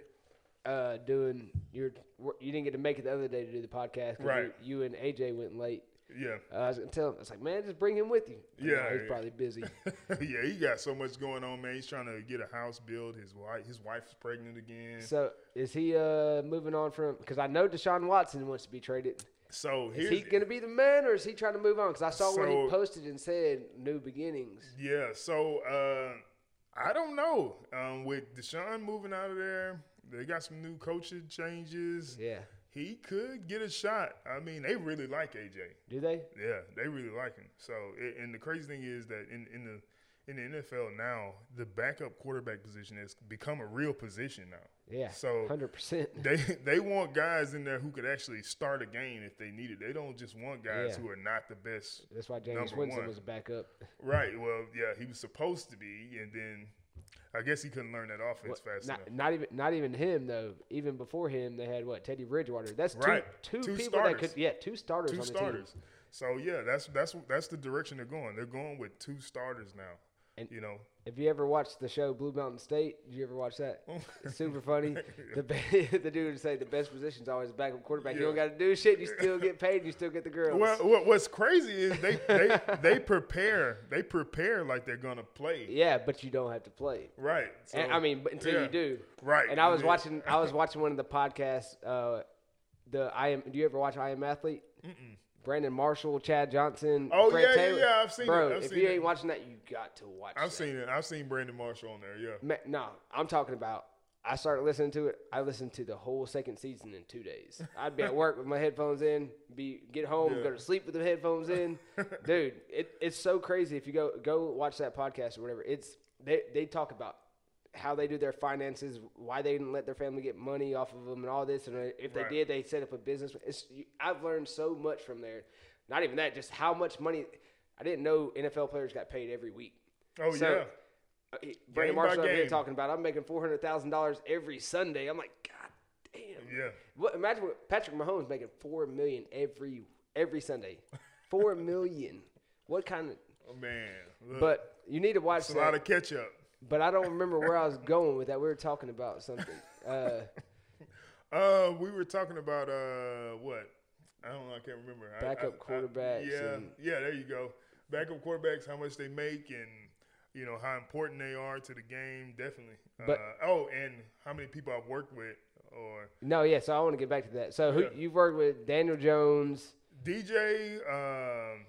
Speaker 2: uh, doing your, wor- you didn't get to make it the other day to do the podcast. 'cause you-
Speaker 1: Right.
Speaker 2: You, and AJ went late.
Speaker 1: Yeah,
Speaker 2: Uh, I was gonna tell him. I was like, man, just bring him with you. But
Speaker 1: Yeah,
Speaker 2: no, he's
Speaker 1: yeah.
Speaker 2: probably busy.
Speaker 1: yeah, he got so much going on, man. He's trying to get a house built. His wife his wife's pregnant again. So,
Speaker 2: so is he uh, moving on from? Because I know Deshaun Watson wants to be traded. Is
Speaker 1: here's
Speaker 2: he gonna be the man, or is he trying to move on? Because I saw what he
Speaker 1: So-
Speaker 2: posted and said new beginnings.
Speaker 1: Yeah, so uh, I don't know. Um, with Deshaun moving out of there, they got some new coaching changes.
Speaker 2: Yeah.
Speaker 1: He could get a shot. I mean, they really like AJ.
Speaker 2: Do they?
Speaker 1: Yeah, they really like him. So, a- and the crazy thing is that in, in the in the NFL now, the backup quarterback position has become a real position now.
Speaker 2: Yeah.
Speaker 1: So-
Speaker 2: hundred percent.
Speaker 1: They they want guys in there who could actually start a game if they need it. They don't just want guys
Speaker 2: Yeah.
Speaker 1: who are not the best.
Speaker 2: That's why James
Speaker 1: number
Speaker 2: Winston
Speaker 1: one.
Speaker 2: was a backup.
Speaker 1: Right. Well, yeah, he was supposed to be, and then I guess he couldn't learn that offense fast
Speaker 2: not,
Speaker 1: enough.
Speaker 2: not even not even him though. Even before him, they had what Teddy Bridgewater. That's two,
Speaker 1: Right.
Speaker 2: two,
Speaker 1: Two
Speaker 2: people that
Speaker 1: starters.
Speaker 2: could yeah two starters
Speaker 1: two
Speaker 2: on the
Speaker 1: starters.
Speaker 2: team.
Speaker 1: So yeah, that's that's that's the direction they're going. They're going with two starters now.
Speaker 2: And-
Speaker 1: you know,
Speaker 2: If you ever watched the show Blue Mountain State, did you ever watch that? It's super funny. The be- the dude would say the best position's always backup quarterback. You
Speaker 1: Yeah.
Speaker 2: don't got to do shit. You still get paid. You still get the girls.
Speaker 1: Well, what, what's crazy is they, they they prepare they prepare like they're gonna play
Speaker 2: yeah, but you don't have to play.
Speaker 1: right. So,
Speaker 2: And, I mean, but until
Speaker 1: yeah.
Speaker 2: you do,
Speaker 1: right.
Speaker 2: And I was
Speaker 1: then-
Speaker 2: watching, I was watching one of the podcasts. Uh, the I am. Do you ever watch I Am Athlete? Brandon Marshall, Chad Johnson.
Speaker 1: Oh,
Speaker 2: Fred
Speaker 1: yeah, yeah,
Speaker 2: Taylor.
Speaker 1: yeah, I've seen
Speaker 2: Bro,
Speaker 1: it, I've
Speaker 2: if
Speaker 1: seen
Speaker 2: you
Speaker 1: it.
Speaker 2: ain't watching that, you got to watch.
Speaker 1: I've
Speaker 2: that.
Speaker 1: seen it. I've seen Brandon Marshall on there. Yeah.
Speaker 2: Ma- no, I'm talking about. I started listening to it. I listened to the whole second season in two days. I'd be at work with my headphones in, be get home, go to sleep with the headphones in. Dude, it, it's so crazy. If you go go watch that podcast or whatever, it's they they talk about how they do their finances, why they didn't let their family get money off of them, and all this. And uh, if they
Speaker 1: Right.
Speaker 2: did, they set up a business. It's, you- I've learned so much from there. Not even that, just how much money. I didn't know NFL players got paid every week.
Speaker 1: Oh
Speaker 2: So,
Speaker 1: yeah.
Speaker 2: Uh, he- Brandon
Speaker 1: by
Speaker 2: Marshall over here
Speaker 1: game.
Speaker 2: talking about I'm making four hundred thousand dollars every Sunday. I'm like, God damn.
Speaker 1: Yeah.
Speaker 2: What, imagine what Patrick Mahomes making four million every every Sunday. Four million. What kind of?
Speaker 1: Oh, man. Look,
Speaker 2: But you need to watch
Speaker 1: it's a
Speaker 2: that.
Speaker 1: lot of catch up.
Speaker 2: but I don't remember where I was going with that. We were talking about something. Uh,
Speaker 1: Uh, we were talking about uh, what? I don't know. I can't remember. I- I-
Speaker 2: Backup
Speaker 1: I-
Speaker 2: quarterbacks
Speaker 1: yeah,
Speaker 2: and-
Speaker 1: yeah. There you go. Backup quarterbacks. How much they make and you know how important they are to the game. Definitely.
Speaker 2: But-
Speaker 1: uh, oh, and how many people I've worked with or
Speaker 2: no, yeah. So I want to get back to that. So who
Speaker 1: Yeah.
Speaker 2: you've worked with? Daniel Jones.
Speaker 1: DJ, um,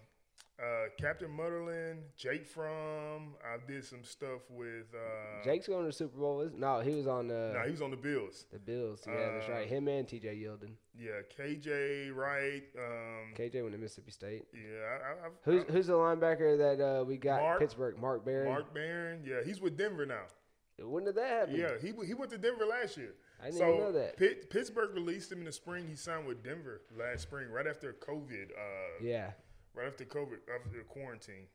Speaker 1: uh, Captain Mutterland, Jake From. I did some stuff with. Uh,
Speaker 2: Jake's going to the Super Bowl. Is no, he was on uh,
Speaker 1: No, he was on the Bills.
Speaker 2: the Bills. Yeah, that's
Speaker 1: Uh,
Speaker 2: right. Him and T.J. Yeldon.
Speaker 1: Yeah, KJ Wright. Um,
Speaker 2: K.J. went to Mississippi State.
Speaker 1: yeah, I, I,
Speaker 2: Who's who's the linebacker that uh, we got
Speaker 1: Mark-
Speaker 2: Pittsburgh? Mark Barry.
Speaker 1: Mark Barron. Yeah, he's with Denver now.
Speaker 2: When did that happen?
Speaker 1: Yeah, he he went to Denver last year.
Speaker 2: I didn't
Speaker 1: so
Speaker 2: even know that.
Speaker 1: Pitt, Pittsburgh released him in the spring. He signed with Denver last spring, right after COVID. Uh,
Speaker 2: Yeah.
Speaker 1: Right after COVID, after the quarantine,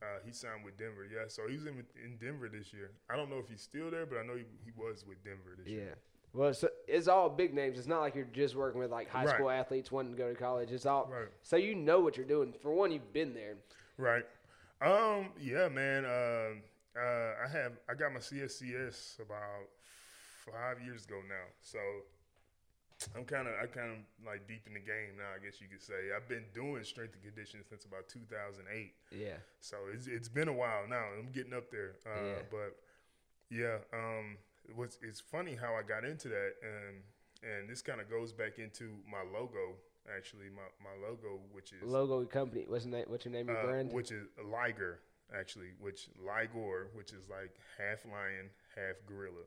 Speaker 1: uh, he signed with Denver. Yeah, so he was in, in Denver this year. I don't know if he's still there, but I know he, he was with Denver this year.
Speaker 2: Yeah. Well, so it's all big names. It's not like you're just working with like high
Speaker 1: Right.
Speaker 2: school athletes wanting to go to college. It's all
Speaker 1: Right.
Speaker 2: so you know what you're doing. For one, you've been there.
Speaker 1: Right. Um. Yeah, man. Um. Uh. I have. I got my CSCS about five years ago now. So I'm kind of. I kind of like deep in the game now. I guess you could say I've been doing strength and conditioning since about 2008.
Speaker 2: Yeah.
Speaker 1: So it's it's been a while now. I'm getting up there. Uh,
Speaker 2: Yeah.
Speaker 1: But yeah, um, it was it's funny how I got into that, and and this kind of goes back into my logo. Actually, my my logo, which is
Speaker 2: Logo company. What's the name? What's your name? Your
Speaker 1: uh,
Speaker 2: brand?
Speaker 1: which is Liger, actually, which Ligor, which is like half lion, half gorilla.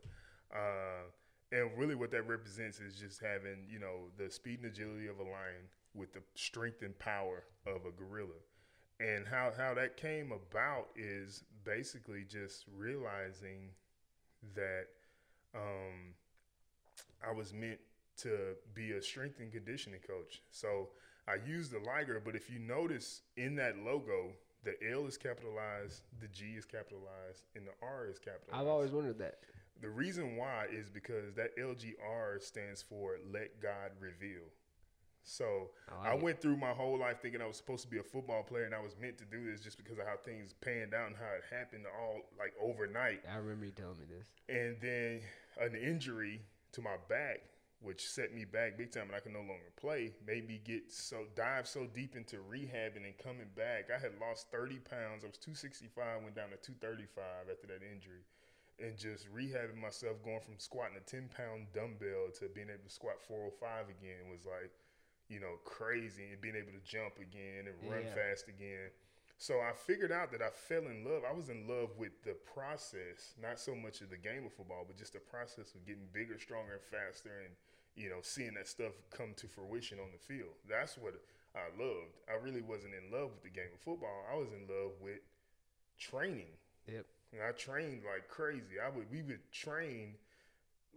Speaker 1: Uh, and really, what that represents is just having, you know, the speed and agility of a lion with the strength and power of a gorilla. And how, how that came about is basically just realizing that um, I was meant to be a strength and conditioning coach. So I used the Liger, but if you notice in that logo, the L is capitalized, the G is capitalized, and the R is capitalized.
Speaker 2: I've always wondered that.
Speaker 1: The reason why is because that LGR stands for Let God Reveal. So
Speaker 2: I
Speaker 1: I,
Speaker 2: like it.
Speaker 1: went through my whole life thinking I was supposed to be a football player and I was meant to do this just because of how things panned out and how it happened all like overnight.
Speaker 2: I remember you telling me this.
Speaker 1: And then an injury to my back, which set me back big time and I could no longer play, made me get so dive so deep into rehab and then coming back. I had lost 30 pounds. I was 265, went down to 235 after that injury and just rehabbing myself, going from squatting a 10 pound dumbbell to being able to squat 405 again was like, you know, crazy. And being able to jump again and run
Speaker 2: Yeah.
Speaker 1: fast again. So I figured out that I fell in love. I was in love with the process, not so much of the game of football, but just the process of getting bigger, stronger, and faster, and you know, seeing that stuff come to fruition on the field. That's what I loved. I really wasn't in love with the game of football. I was in love with training.
Speaker 2: Yep.
Speaker 1: And I trained like crazy. I would we would train,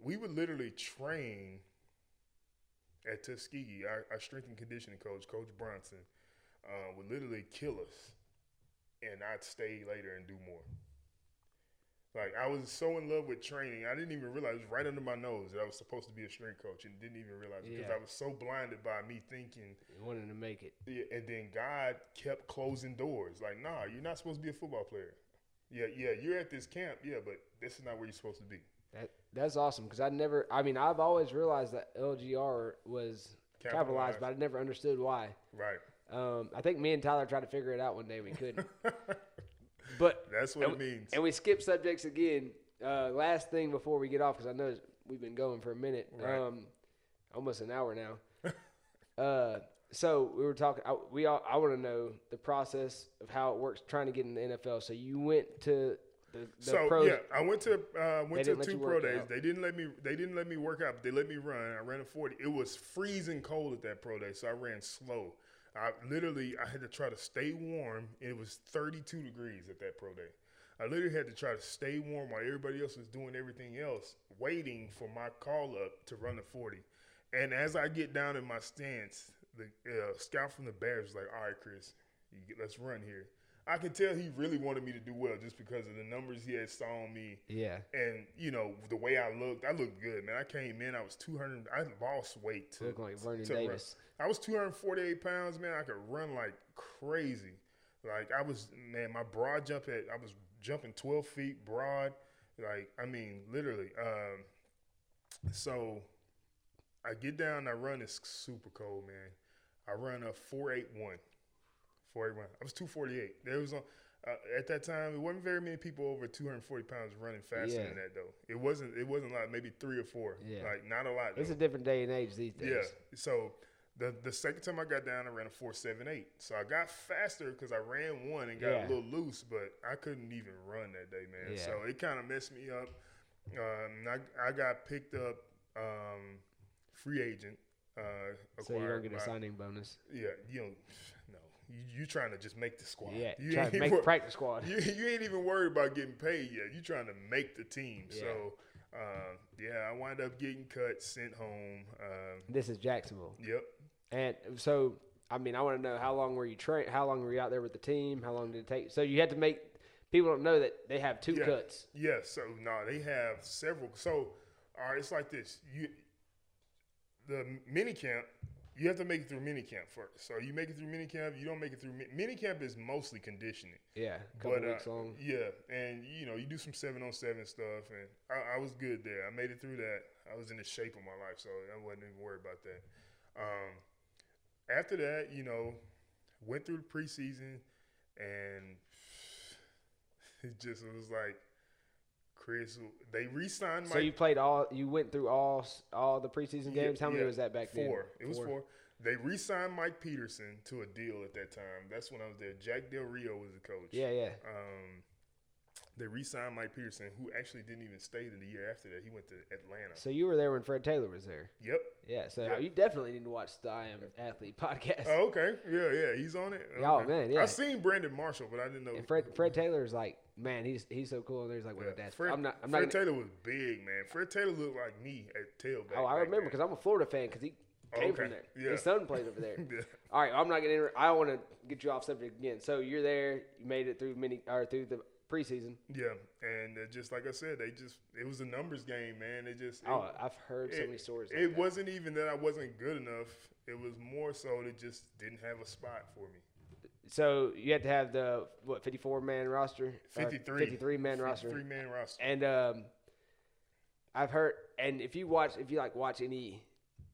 Speaker 1: we would literally train at Tuskegee. Our, our strength and conditioning coach, Coach Bronson, uh, would literally kill us, and I'd stay later and do more. Like I was so in love with training, I didn't even realize right under my nose that I was supposed to be a strength coach, and didn't even realize it because
Speaker 2: Yeah.
Speaker 1: I was so blinded by me thinking
Speaker 2: You wanted to make it.
Speaker 1: yeah, and then God kept closing doors. Like, nah, you're not supposed to be a football player. Yeah, yeah, you're at this camp. Yeah, but this is not where you're supposed to be.
Speaker 2: That that's awesome because I never. I mean, I've always realized that LGR was capitalized,
Speaker 1: Capitalized.
Speaker 2: but I never understood why.
Speaker 1: Right.
Speaker 2: Um, I think me and Tyler tried to figure it out one day. We couldn't. but
Speaker 1: That's what
Speaker 2: and
Speaker 1: it
Speaker 2: we-
Speaker 1: means.
Speaker 2: And we skip subjects again. Uh, last thing before we get off, because I Um, know we've been going for a minute,
Speaker 1: Right.
Speaker 2: um, almost an hour now. uh, So we were talking. I, we all. I want to know the process of how it works trying to get in the NFL. So you went to the, the
Speaker 1: so
Speaker 2: pro.
Speaker 1: yeah, I went to uh, went
Speaker 2: didn't
Speaker 1: to
Speaker 2: let
Speaker 1: two
Speaker 2: you
Speaker 1: pro
Speaker 2: work
Speaker 1: days.
Speaker 2: out.
Speaker 1: They didn't let me. They didn't let me work out. But they let me run. I ran a forty. It was freezing cold at that pro day, so I ran slow. I literally I had to try to stay warm. It was thirty two degrees at that pro day. I literally had to try to stay warm while everybody else was doing everything else, waiting for my call up to run the forty. And as I get down in my stance, the uh, scout from the Bears was like, "All right, Chris, you get- let's run here." I could tell he really wanted me to do well just because of the numbers he had saw on me,
Speaker 2: Yeah.
Speaker 1: and you know the way I looked. I looked good, man. I came in, I was two hundred. I lost weight. To,
Speaker 2: Looked like Vernon
Speaker 1: to run.
Speaker 2: Davis.
Speaker 1: I was two hundred forty-eight pounds, man. I could run like crazy. Like I was, man. My broad jump at I was jumping twelve feet broad. Like I mean, literally. Um, so I get down, I run. It's super cold, man. I run a four eight one, four eight one. I was two forty eight. There was on uh, at that time. It wasn't very many people over two hundred forty pounds running faster
Speaker 2: Yeah.
Speaker 1: than that though. It wasn't. It wasn't a lot. Maybe three or four.
Speaker 2: Yeah.
Speaker 1: Like not a lot.
Speaker 2: It's
Speaker 1: though.
Speaker 2: a different day and age these days.
Speaker 1: Yeah. So the the second time I got down, I ran a four seven eight. So I got faster because I ran one and got
Speaker 2: Yeah.
Speaker 1: a little loose, but I couldn't even run that day, man.
Speaker 2: Yeah.
Speaker 1: So it kind of messed me up. Um, I I got picked up um, free agent. Uh,
Speaker 2: So you don't
Speaker 1: acquired
Speaker 2: get a
Speaker 1: by-
Speaker 2: signing bonus.
Speaker 1: Yeah, you don't. No, you you trying to just make the squad.
Speaker 2: Yeah.
Speaker 1: you
Speaker 2: Try
Speaker 1: ain't
Speaker 2: to make
Speaker 1: wor-
Speaker 2: the practice squad.
Speaker 1: you, you ain't even worried about getting paid yet. You trying to make the team.
Speaker 2: Yeah.
Speaker 1: So uh, yeah, I wind up getting cut, sent home. Um,
Speaker 2: This is Jacksonville.
Speaker 1: yep,
Speaker 2: And so, I mean, I want to know how long were you train? How long were you out there with the team? How long did it take? So you had to make people don't know that they have two
Speaker 1: Yeah.
Speaker 2: cuts.
Speaker 1: Yeah, so no, they have several. So, all right, it's like this: you, the mini camp, you have to make it through mini camp first. So you make it through mini camp. You don't make it through mi- mini camp is mostly conditioning.
Speaker 2: Yeah, a couple
Speaker 1: But, uh,
Speaker 2: weeks long.
Speaker 1: Yeah, and you know you do some seven on seven stuff, and I, I was good there. I made it through that. I was in the shape of my life, so I wasn't even worried about that. Um, after that, you know, went through the preseason, and it just was like Chris. They re-signed my
Speaker 2: So you played all. You went through all s- all the preseason
Speaker 1: yeah,
Speaker 2: games. How many
Speaker 1: yeah,
Speaker 2: was that back then?
Speaker 1: Four. It was four. They re-signed Mike Peterson to a deal at that time. That's when I was there. Jack Del Rio was the coach
Speaker 2: Yeah, yeah.
Speaker 1: um, they re-signed Mike Peterson, who actually didn't even stay to the year after that. He went to Atlanta.
Speaker 2: So you were there when Fred Taylor was there.
Speaker 1: yep.
Speaker 2: Yeah. So
Speaker 1: Yeah.
Speaker 2: you definitely need to watch the I Am Athlete podcast.
Speaker 1: Oh, okay. Yeah, yeah. He's on it.
Speaker 2: Yeah, oh,
Speaker 1: Okay.
Speaker 2: man, yeah.
Speaker 1: I seen Brandon Marshall, but I didn't know.
Speaker 2: And Fred Fred Taylor is like, man, he's he's so cool. And there's like, well,
Speaker 1: Yeah.
Speaker 2: that's
Speaker 1: Fred,
Speaker 2: I'm not I'm
Speaker 1: Fred
Speaker 2: not. Gonna,
Speaker 1: Taylor was big, man. Fred Taylor looked like me at tailback.
Speaker 2: oh, I
Speaker 1: back
Speaker 2: remember
Speaker 1: then.
Speaker 2: because I'm a Florida fan because he came from
Speaker 1: Okay,
Speaker 2: there.
Speaker 1: yeah.
Speaker 2: His son played over there.
Speaker 1: Yeah.
Speaker 2: All right, I'm not gonna. Inter- I want to get you off subject again. So you're there. You made it through mini or through the preseason.
Speaker 1: Yeah, and uh, just like I said, they just it was a numbers game, man. They just it-
Speaker 2: Oh, I've heard so
Speaker 1: it-
Speaker 2: many stories.
Speaker 1: It
Speaker 2: like that.
Speaker 1: wasn't even that I wasn't good enough. It was more so they just didn't have a spot for me.
Speaker 2: So you had to have the what 54 man roster, Or
Speaker 1: 53.
Speaker 2: 53 man roster,
Speaker 1: Three man roster.
Speaker 2: and um, I've heard. And if you watch, if you like watch any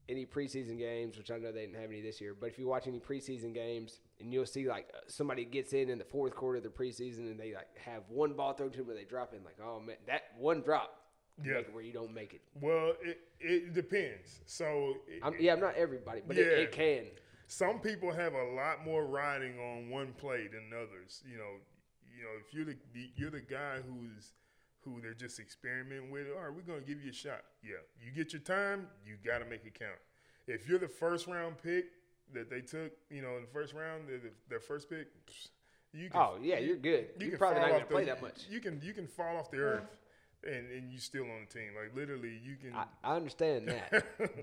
Speaker 2: any preseason games, which I know they didn't have any this year, but if you watch any preseason games, and you'll see like uh, somebody gets in in the fourth quarter of the preseason, and they like have one ball thrown to them, and they drop in like, oh man, that one drop. can
Speaker 1: Yeah.
Speaker 2: make it where you don't make it.
Speaker 1: Well, it, it depends. So it,
Speaker 2: I'm, yeah, I'm not everybody, but it,
Speaker 1: Yeah.
Speaker 2: it can.
Speaker 1: some people have a lot more riding on one play than others. You know, you know if you're the you're the guy who's who they're just experimenting with. All right, we're gonna give you a shot. Yeah, you get your time. You got to make it count. If you're the first round pick that they took, you know, in the first round, their, their first pick, psh, you can.
Speaker 2: Oh yeah, you're good. You are probably
Speaker 1: fall
Speaker 2: not going
Speaker 1: off
Speaker 2: to play
Speaker 1: the-
Speaker 2: that much.
Speaker 1: You can you can fall off the earth, and and you still on the team. Like literally, you can.
Speaker 2: I, I understand that,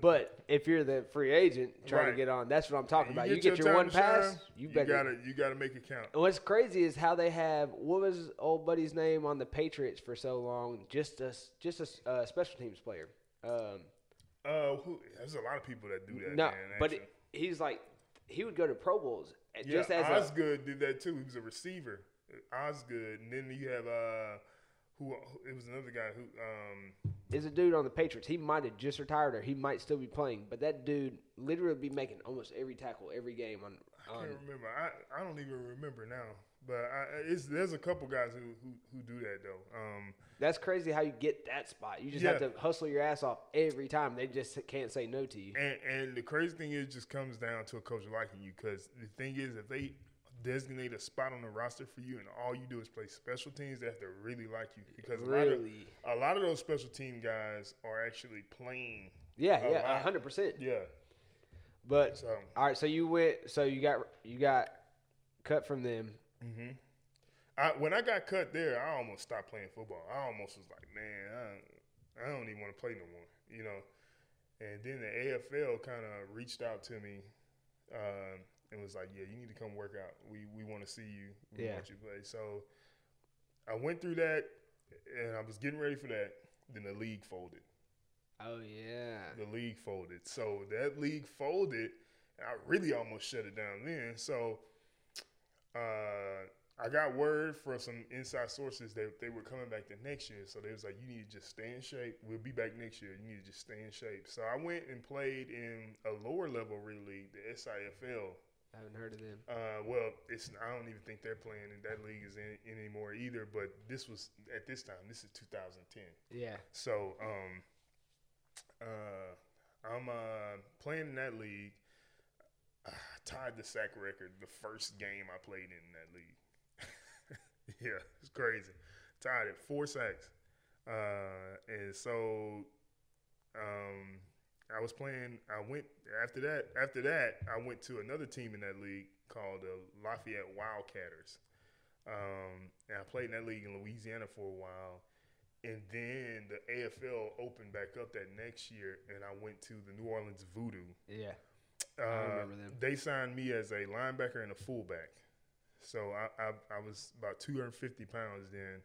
Speaker 2: but if you're the free agent trying to
Speaker 1: Right.
Speaker 2: get on, that's what I'm talking about. You get, your,
Speaker 1: time
Speaker 2: one
Speaker 1: to shine,
Speaker 2: pass, you
Speaker 1: you
Speaker 2: better.
Speaker 1: gotta you gotta make it count.
Speaker 2: And What's crazy is how they have what was old buddy's name on the Patriots for so long? Just a s- just a s- uh, special teams player. Um,
Speaker 1: Uh, who, there's a lot of people that do that.
Speaker 2: no,
Speaker 1: man,
Speaker 2: but
Speaker 1: actually.
Speaker 2: it, he's like he would go to Pro Bowls uh,
Speaker 1: yeah,
Speaker 2: just as a,
Speaker 1: Osgood did that too. He was a receiver, Osgood, and then you have uh, who it was another guy who um,
Speaker 2: is a dude on the Patriots. He might have just retired or he might still be playing, but that dude literally be making almost every tackle every game on.
Speaker 1: I
Speaker 2: on
Speaker 1: can't remember. I I don't even remember now. But I, I- it's, there's a couple guys who, who, who do that though. Um,
Speaker 2: That's crazy how you get that spot. You just have
Speaker 1: Yeah.
Speaker 2: to hustle your ass off every time. They just can't say no to you.
Speaker 1: and and the crazy thing is, it just comes down to a coach liking you. Because the thing is, if they designate a spot on the roster for you, and all you do is play special teams, they have to really like you. Because a lot of
Speaker 2: Really?
Speaker 1: a lot of those special team guys are actually playing.
Speaker 2: Yeah,
Speaker 1: a
Speaker 2: yeah,
Speaker 1: lot.
Speaker 2: hundred percent.
Speaker 1: Yeah.
Speaker 2: But
Speaker 1: So
Speaker 2: all right, so you went. So you got you got cut from them.
Speaker 1: I, when I got cut there, I almost stopped playing football. I almost was like, man, I, I don't even want to play no more, you know. And then the AFL kind of reached out to me um, and was like, yeah, you need to come work out. We we want to see you. We
Speaker 2: Yeah.
Speaker 1: want you to play. So I went through that, and I was getting ready for that. Then the league folded
Speaker 2: Oh yeah.
Speaker 1: the league folded. So that league folded, and I really almost shut it down then. So uh, I got word from some inside sources that they were coming back the next year. So they was like, "You need to just stay in shape. We'll be back next year. You need to just stay in shape." So I went and played in a lower level really league, the SIFL.
Speaker 2: I haven't heard of them.
Speaker 1: Uh, well, it's I don't even think they're playing in that league is in, in anymore either. But this was at this time. This is 2010.
Speaker 2: Yeah.
Speaker 1: So, um, uh, I'm uh, playing in that league. I tied the sack record the first game I played in that league. yeah, it's crazy. Tied it four sacks, uh, and so um, I was playing. I went after that. After that, I went to another team in that league called the Lafayette Wildcatters, um, and I played in that league in Louisiana for a while. And then the AFL opened back up that next year, and I went to the New Orleans Voodoo.
Speaker 2: Yeah.
Speaker 1: Uh,
Speaker 2: remember them.
Speaker 1: They signed me as a linebacker and a fullback. So I, I, I was about 250 pounds then.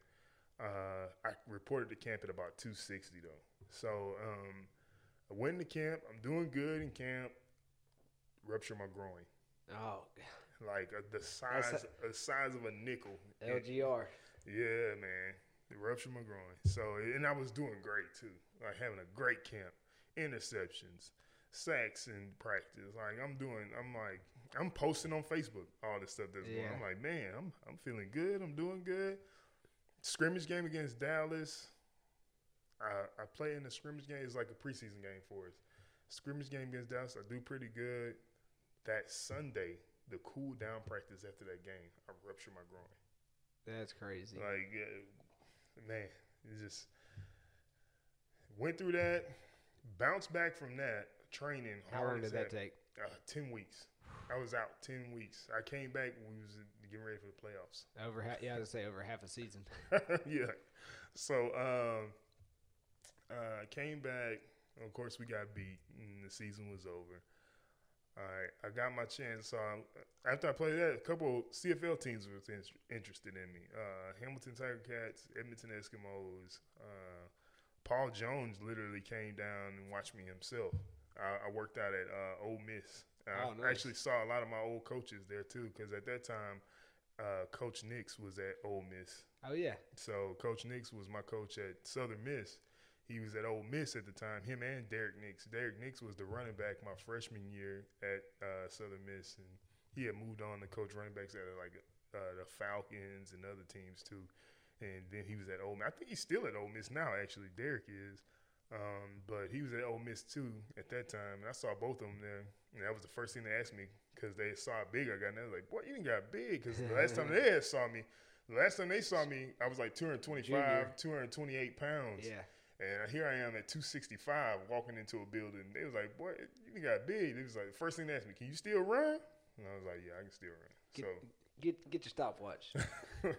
Speaker 1: Uh, I reported to camp at about 260 though. So um, I went into camp. I'm doing good in camp. Rupture my groin,
Speaker 2: Oh,
Speaker 1: like uh, the size, the size of a nickel. And-
Speaker 2: LGR.
Speaker 1: yeah, man. It ruptured my groin. So, and I was doing great too. Like having a great camp, interceptions, sacks in practice. Like I'm doing, I'm like, I'm posting on Facebook all this stuff that's going.
Speaker 2: Yeah.
Speaker 1: I'm like, man, I'm I'm feeling good. I'm doing good. Scrimmage game against Dallas. I I play in the scrimmage game. It's like a preseason game for us. Scrimmage game against Dallas. I do pretty good. That Sunday, the cool down practice after that game, I ruptured my groin.
Speaker 2: That's crazy.
Speaker 1: Like, uh, man, it just went through that, bounced back from that training.
Speaker 2: How
Speaker 1: hard
Speaker 2: long
Speaker 1: as
Speaker 2: did that take?
Speaker 1: Uh, ten weeks. I was out ten weeks. I came back. We was getting ready for the playoffs.
Speaker 2: Over ha- yeah, I would say over half a season.
Speaker 1: yeah. So um, uh, came back. Of course, we got beat, and the season was over. All right, I got my chance. So I, after I played that, a couple CFL teams was in, interested in me. Uh, Hamilton Tiger Cats, Edmonton Eskimos. Uh, Paul Jones literally came down and watched me himself. I, I worked out at uh, Ole Miss. I
Speaker 2: Oh, nice.
Speaker 1: actually saw a lot of my old coaches there too, because at that time, uh, Coach Nix was at Ole Miss.
Speaker 2: Oh yeah.
Speaker 1: So Coach Nix was my coach at Southern Miss. He was at Ole Miss at the time. Him and Derek Nix. Derek Nix was the running back my freshman year at uh, Southern Miss, and he had moved on to coach running backs at like uh, the Falcons and other teams too. And then he was at Ole Miss. I think he's still at Ole Miss now. Actually, Derek is. Um, but he was at Ole Miss too at that time, and I saw both of them there. And that was the first thing they asked me because they saw how big I got. And they was like, "Boy, you didn't got big." Because the last time they had saw me, the last time they saw me, I was like 225,
Speaker 2: Junior.
Speaker 1: 228 pounds.
Speaker 2: Yeah.
Speaker 1: And here I am at 265 walking into a building. They was like, boy, you done got big. They was like, first thing they asked me, can you still run? And I was like, yeah, I can still run.
Speaker 2: Get get get your stopwatch.
Speaker 1: so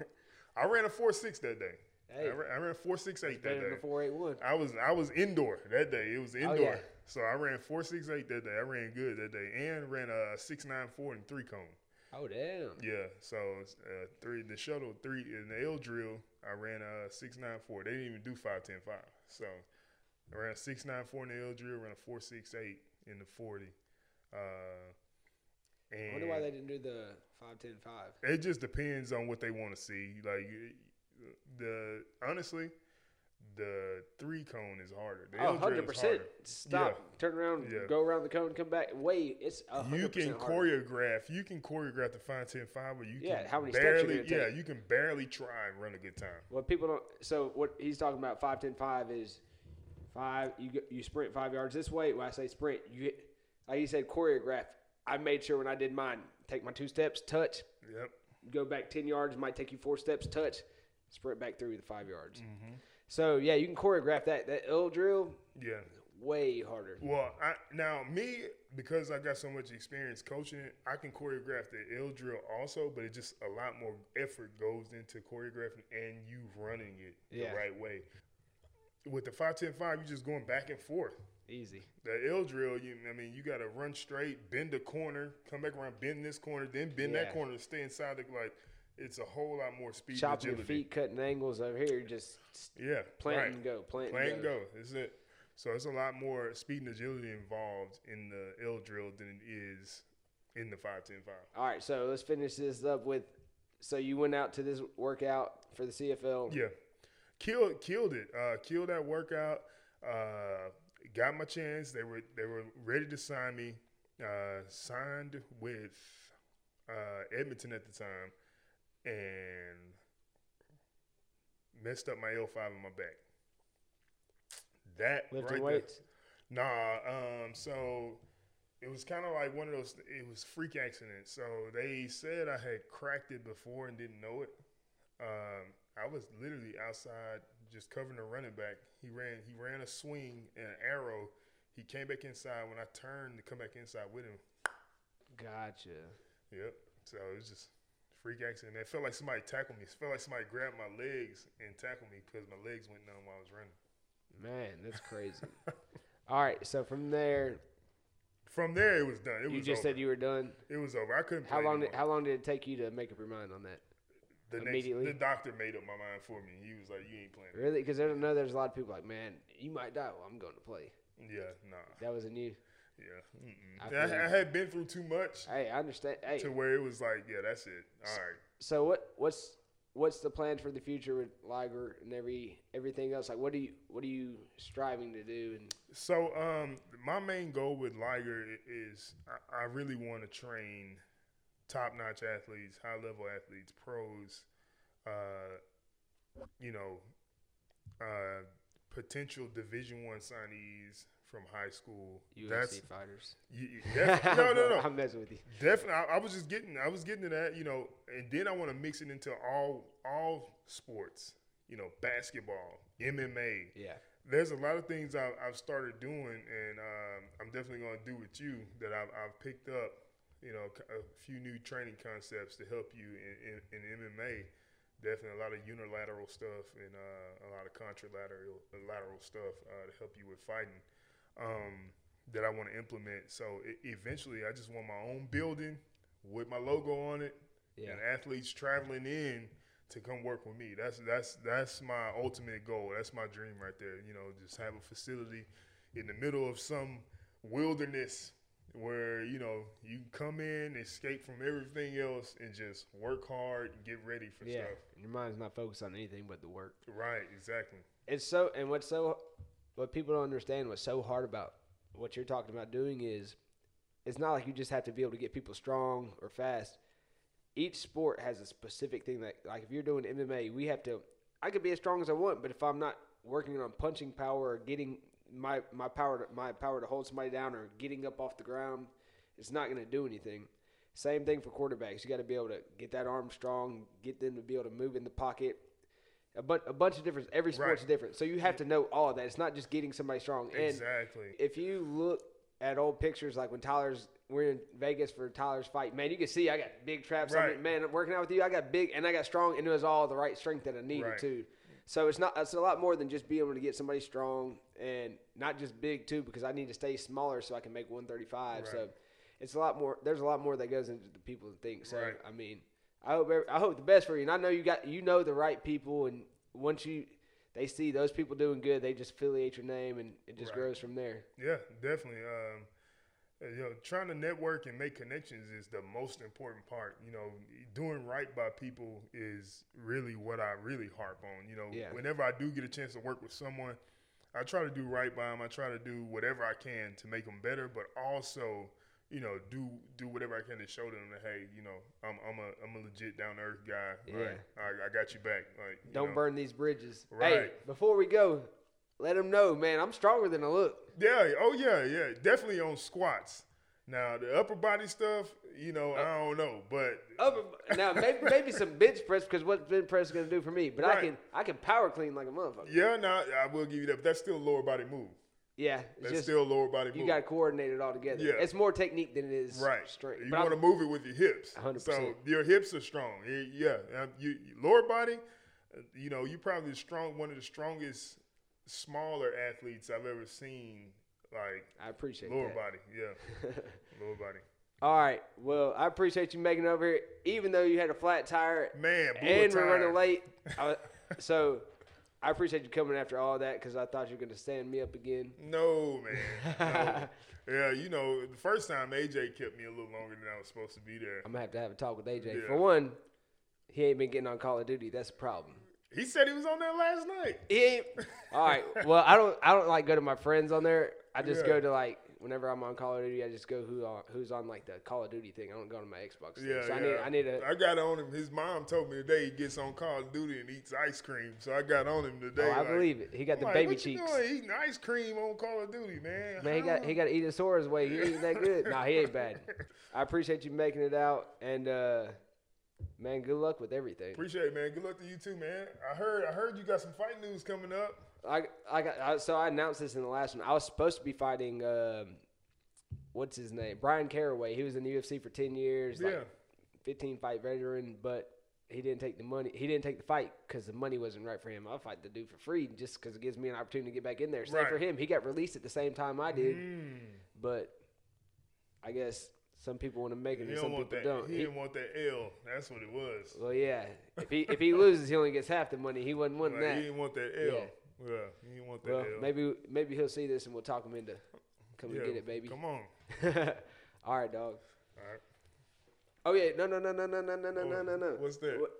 Speaker 1: I ran a 4.6 that day.
Speaker 2: Hey.
Speaker 1: I, ran, I ran a 4.68 that
Speaker 2: Better than
Speaker 1: day.
Speaker 2: the four eight one.
Speaker 1: I was I was indoor that day. It was indoor.
Speaker 2: Oh, yeah.
Speaker 1: So I ran 4.68 that day. I ran good that day and ran uh, a 6.94 and three cone.
Speaker 2: Oh damn.
Speaker 1: Yeah, so uh, three the shuttle three in the L drill. I ran a six nine four. They didn't even do five ten five. So I ran a six nine four in the L drill. Ran a four six eight in the forty. Uh, and
Speaker 2: I wonder why they didn't do the five ten five.
Speaker 1: it just depends on what they want to see. Like the honestly, the three cone is harder. The
Speaker 2: Oh,
Speaker 1: L drill
Speaker 2: 100
Speaker 1: is
Speaker 2: percent.
Speaker 1: harder.
Speaker 2: Stop. Turn around.
Speaker 1: Yeah.
Speaker 2: Go around the cone. Come back. Wait. It's a hundred
Speaker 1: You can
Speaker 2: percent harder.
Speaker 1: choreograph. You can choreograph the five ten five, but you
Speaker 2: Yeah,
Speaker 1: can
Speaker 2: how many steps you're
Speaker 1: barely
Speaker 2: gonna
Speaker 1: yeah
Speaker 2: take.
Speaker 1: you can barely try and run a good time.
Speaker 2: What people don't. So what he's talking about five ten five is five. You go- you sprint five yards this way. When I say sprint, you get like you said choreograph. I made sure when I did mine, take my two steps, touch,
Speaker 1: Yep.
Speaker 2: go back 10 yards might take you four steps touch sprint back through the five yards so yeah you can choreograph that that l drill
Speaker 1: Yeah.
Speaker 2: way harder
Speaker 1: Well, I, now me because I got so much experience coaching, I can choreograph the ill drill also, but it just a lot more effort goes into choreographing and you running it
Speaker 2: Yeah.
Speaker 1: the right way. With the five ten five, you're just going back and forth.
Speaker 2: easy
Speaker 1: The ill drill, you I mean, you got to run straight, bend a corner, come back around, bend this corner, then bend
Speaker 2: Yeah.
Speaker 1: that corner to stay inside. The, like it's a whole lot more speed, and
Speaker 2: chopping your
Speaker 1: agility.
Speaker 2: feet cutting angles over here just s-
Speaker 1: Yeah,
Speaker 2: plant
Speaker 1: right.
Speaker 2: and go plant,
Speaker 1: Plant
Speaker 2: and
Speaker 1: and
Speaker 2: go,
Speaker 1: go. That's it. So it's a lot more speed and agility involved in the L drill than it is in the five ten five.
Speaker 2: all right so let's finish this up with so you went out to this workout for the cfl
Speaker 1: Yeah, killed killed it. Uh, killed that workout. Uh, got my chance. They were they were ready to sign me. Uh, signed with uh, Edmonton at the time, and messed up my L five in my back. That
Speaker 2: lifting
Speaker 1: right there-
Speaker 2: weights
Speaker 1: Nah, um, so it was kind of like one of those. It was freak accident. So they said I had cracked it before and didn't know it. Um, I was literally outside just covering a running back. He ran. He ran a swing and an arrow. He came back inside. When I turned to come back inside with him,
Speaker 2: gotcha
Speaker 1: Yep. So it was just freak accident. Man, it felt like somebody tackled me. It felt like somebody grabbed my legs and tackled me because my legs went numb while I was running.
Speaker 2: man that's crazy all right so from there
Speaker 1: From there, it was done. It
Speaker 2: you
Speaker 1: was
Speaker 2: just
Speaker 1: over.
Speaker 2: said you were done
Speaker 1: it was over. I couldn't.
Speaker 2: how
Speaker 1: play
Speaker 2: long
Speaker 1: anymore.
Speaker 2: did how long did it take you to make up your mind on that
Speaker 1: the
Speaker 2: immediately?
Speaker 1: Next, the doctor made up my mind for me. He was like, "You ain't playing."
Speaker 2: Really? Because I don't know. There's a lot of people like, man, you might die. Well, I'm going to play.
Speaker 1: Yeah, nah.
Speaker 2: That was a new.
Speaker 1: Yeah,
Speaker 2: I
Speaker 1: mm-mm.
Speaker 2: feel you.
Speaker 1: I, I, had been through too much
Speaker 2: Hey, I understand. Hey,
Speaker 1: to where it was like, "Yeah, that's it. All right."
Speaker 2: so what? What's what's the plan for the future with Liger and every everything else? Like, what do you what are you striving to do? And
Speaker 1: So, um, my main goal with Liger i- is I, I really want to train top notch athletes, high level athletes, pros, uh, you know, uh, potential Division One signees from high school.
Speaker 2: UFC
Speaker 1: That's
Speaker 2: fighters.
Speaker 1: you, you- that's- no, no, no.
Speaker 2: I'm messing with you.
Speaker 1: Definitely, I, I was just getting, I was getting to that, you know, and then I want to mix it into all all sports, you know, basketball, MMA.
Speaker 2: Yeah.
Speaker 1: There's a lot of things I've, I've started doing, and um, I'm definitely going to do with you that I've, I've picked up, you know, c- a few new training concepts to help you in, in, in MMA. Definitely a lot of unilateral stuff and uh, a lot of contralateral lateral stuff uh, to help you with fighting um, that I want to implement. So e- eventually, I just want my own building with my logo on it, and
Speaker 2: Yeah.
Speaker 1: athletes traveling in to come work with me. That's that's that's my ultimate goal. That's my dream right there. You know, just have a facility in the middle of some wilderness where you know you come in, escape from everything else, and just work hard and get ready for
Speaker 2: Yeah.
Speaker 1: stuff.
Speaker 2: Your mind's not focused on anything but the work.
Speaker 1: Right? Exactly.
Speaker 2: It's so. And what's so. What people don't understand. What's so hard about what you're talking about doing is, it's not like you just have to be able to get people strong or fast. each sport has a specific thing that like if you're doing MMA, we have to I could be as strong as I want, but if I'm not working on punching power or getting my my power to, my power to hold somebody down or getting up off the ground, it's not going to do anything. Same thing for quarterbacks. You got to be able to get that arm strong, get them to be able to move in the pocket. A, bu- a bunch of different. Every sport's
Speaker 1: Right.
Speaker 2: different, so you have to know all of that. It's not just getting somebody strong. And
Speaker 1: exactly.
Speaker 2: if you look at old pictures, like when Tyler's, we're in Vegas for Tyler's fight, man, you can see I got big traps on it.
Speaker 1: Right.
Speaker 2: Man, I'm working out with you, I got big and I got strong, and it was all the right strength that I needed
Speaker 1: Right.
Speaker 2: too. So it's not, it's a lot more than just being able to get somebody strong and not just big too, because I need to stay smaller so I can make 135. So
Speaker 1: Right.
Speaker 2: it's a lot more. There's a lot more that goes into the people that think. So
Speaker 1: Right.
Speaker 2: I mean, I hope every, I hope the best for you, and I know you got you know the right people, and once you they see those people doing good, they just affiliate your name, and it just
Speaker 1: Right.
Speaker 2: grows from there.
Speaker 1: Yeah, definitely. Um, Uh, You know, trying to network and make connections is the most important part. You know, doing right by people is really what I really harp on. You know,
Speaker 2: Yeah.
Speaker 1: whenever I do get a chance to work with someone, I try to do right by them. I try to do whatever I can to make them better, but also, you know, do do whatever I can to show them that hey, you know, I'm I'm a I'm a legit down to earth guy. Like, I, I got you back. Like, you
Speaker 2: Don't
Speaker 1: know.
Speaker 2: burn these bridges. Hey,
Speaker 1: Right.
Speaker 2: before we go, let them know, man, I'm stronger than I look.
Speaker 1: Yeah. Oh yeah. Yeah. Definitely on squats. Now the upper body stuff, you know,
Speaker 2: Uh,
Speaker 1: I don't know, but
Speaker 2: Upper, now maybe, maybe some bench press because what bench press is gonna do for me, but I
Speaker 1: Right.
Speaker 2: can I can power clean like a motherfucker.
Speaker 1: yeah, now I will give you that. But that's still a lower body move.
Speaker 2: Yeah, it's
Speaker 1: That's
Speaker 2: just
Speaker 1: still a lower body
Speaker 2: you
Speaker 1: move.
Speaker 2: got to coordinate it all together.
Speaker 1: Yeah.
Speaker 2: It's more technique than it is
Speaker 1: right.
Speaker 2: strength.
Speaker 1: You
Speaker 2: But I'm-
Speaker 1: want to move it with your hips.
Speaker 2: 100%.
Speaker 1: So your hips are strong. Y- Yeah. Um, You, you- lower body, uh, you know, you probably the strong one of the strongest smaller athletes I've ever seen. Like
Speaker 2: I appreciate
Speaker 1: lower
Speaker 2: that.
Speaker 1: body. Yeah. lower body.
Speaker 2: All right. Well, I appreciate you making it over here, even though you had a flat tire
Speaker 1: Man, blew a
Speaker 2: and we're
Speaker 1: tire.
Speaker 2: running late. I, so I appreciate you coming after all that because I thought you were going to stand me up again.
Speaker 1: No, man. No. yeah, you know, the first time AJ kept me a little longer than I was supposed to be there.
Speaker 2: I'm gonna have to have a talk with AJ. For
Speaker 1: Yeah.
Speaker 2: one, he ain't been getting on Call of Duty. That's a problem.
Speaker 1: He said he was on there last night.
Speaker 2: He ain't. all right. Well, I don't. I don't like go to my friends on there. I just
Speaker 1: Yeah.
Speaker 2: go to like whenever I'm on Call of Duty. I just go who on, who's on like the Call of Duty thing. I don't go to my Xbox. Thing.
Speaker 1: Yeah,
Speaker 2: so I
Speaker 1: yeah.
Speaker 2: need. I need a.
Speaker 1: I got on him. His mom told me today he gets on Call of Duty and eats ice cream. So I got on him today.
Speaker 2: Oh, I
Speaker 1: like,
Speaker 2: believe it. He got
Speaker 1: I'm
Speaker 2: the
Speaker 1: like,
Speaker 2: baby
Speaker 1: what
Speaker 2: cheeks.
Speaker 1: You doing eating ice cream on Call of Duty, man.
Speaker 2: Man, he got
Speaker 1: How?
Speaker 2: he got to eat his sores way. He ain't that good. nah, he ain't bad. I appreciate you making it out, and uh, man, good luck with everything.
Speaker 1: Appreciate it, man. Good luck to you too, man. I heard I heard you got some fight news coming up.
Speaker 2: I, I got I, so I announced this in the last one. I was supposed to be fighting um, what's his name, Brian Caraway. He was in the UFC for ten years,
Speaker 1: Yeah.
Speaker 2: like fifteen fight veteran, but he didn't take the money. He didn't take the fight because the money wasn't right for him. I'll fight the dude for free just because it gives me an opportunity to get back in there. Same for
Speaker 1: Right.
Speaker 2: him. He got released at the same time I did,
Speaker 1: Mm,
Speaker 2: but I guess some people want to make it
Speaker 1: he
Speaker 2: and
Speaker 1: don't
Speaker 2: some
Speaker 1: want
Speaker 2: people
Speaker 1: that.
Speaker 2: don't.
Speaker 1: He,
Speaker 2: He-
Speaker 1: didn't want that L. That's what it was.
Speaker 2: well, yeah. If he if he loses, he only gets half the money. He wasn't wanting
Speaker 1: Like, he
Speaker 2: that.
Speaker 1: didn't want that L.
Speaker 2: Yeah.
Speaker 1: Yeah. he didn't want that
Speaker 2: Well,
Speaker 1: L.
Speaker 2: maybe maybe he'll see this and we'll talk him into come
Speaker 1: Yeah,
Speaker 2: and get it, baby.
Speaker 1: Come on.
Speaker 2: All right, dog.
Speaker 1: All right. Oh,
Speaker 2: Oh yeah, no, no, no, no, no, no, no, no, no, no, no.
Speaker 1: What's that?
Speaker 2: What-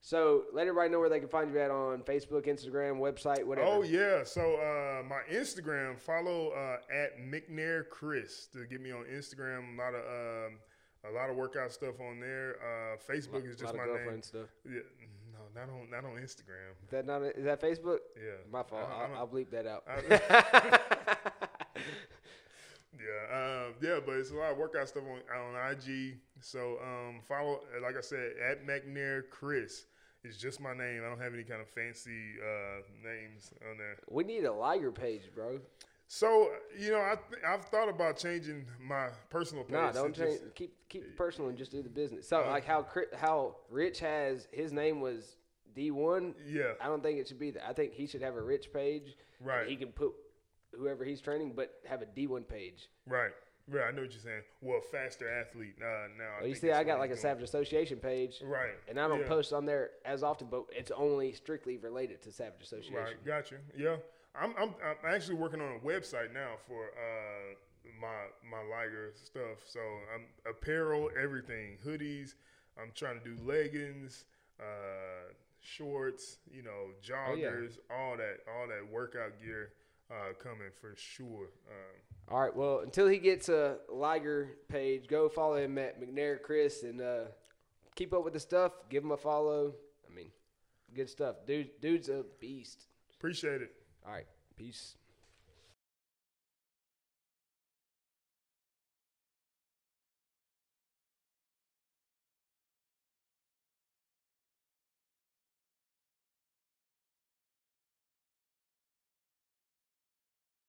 Speaker 2: So let everybody know where they can find you at on Facebook, Instagram, website, whatever.
Speaker 1: Oh yeah. So uh, my Instagram follow uh, at McNair Chris to get me on Instagram. A lot of um, a lot of workout stuff on there. Uh, Facebook is
Speaker 2: a
Speaker 1: just
Speaker 2: lot of
Speaker 1: my
Speaker 2: girlfriend
Speaker 1: name.
Speaker 2: stuff.
Speaker 1: Yeah, no, not on not on Instagram.
Speaker 2: Is that not? Is that Facebook?
Speaker 1: Yeah,
Speaker 2: My fault.
Speaker 1: I-
Speaker 2: I,
Speaker 1: I'm a-
Speaker 2: will I'll bleep that out.
Speaker 1: Yeah, um, yeah, but it's a lot of workout stuff on, on IG. So um, follow, like I said, at McNair Chris. It's just my name. I don't have any kind of fancy uh, names on there.
Speaker 2: we need a liger page,
Speaker 1: Oh,
Speaker 2: bro.
Speaker 1: So you know, I th- I've thought about changing my personal page.
Speaker 2: Nah,
Speaker 1: to
Speaker 2: don't change.
Speaker 1: just- Oh.
Speaker 2: Keep keep it personal and just do the business. So like how Cri- how Rich has his name was D one.
Speaker 1: yeah,
Speaker 2: I don't think it should be that. I think he should have a Rich page. and
Speaker 1: Right.
Speaker 2: He can put whoever he's training, but have a D one page.
Speaker 1: right, right. I know what you're saying. Well, faster athlete. Nah, now
Speaker 2: Well, you see, I got like a Savage Association page,
Speaker 1: Right.
Speaker 2: and I don't
Speaker 1: yeah.
Speaker 2: post on there as often, but it's only strictly related to Savage Association.
Speaker 1: Right, got you. Yeah, I'm, I'm I'm actually working on a website now for uh my my Liger stuff. So I'm apparel, everything, hoodies. I'm trying to do leggings, uh, shorts, you know,
Speaker 2: Oh, yeah.
Speaker 1: joggers, all that, all that workout gear uh, coming for sure. Um,
Speaker 2: All right. Well, until he gets a Liger page, go follow him at McNair Chris and uh, keep up with the stuff. Give him a follow. I mean, good stuff. Dude, dude's a beast.
Speaker 1: appreciate it.
Speaker 2: All right. Peace.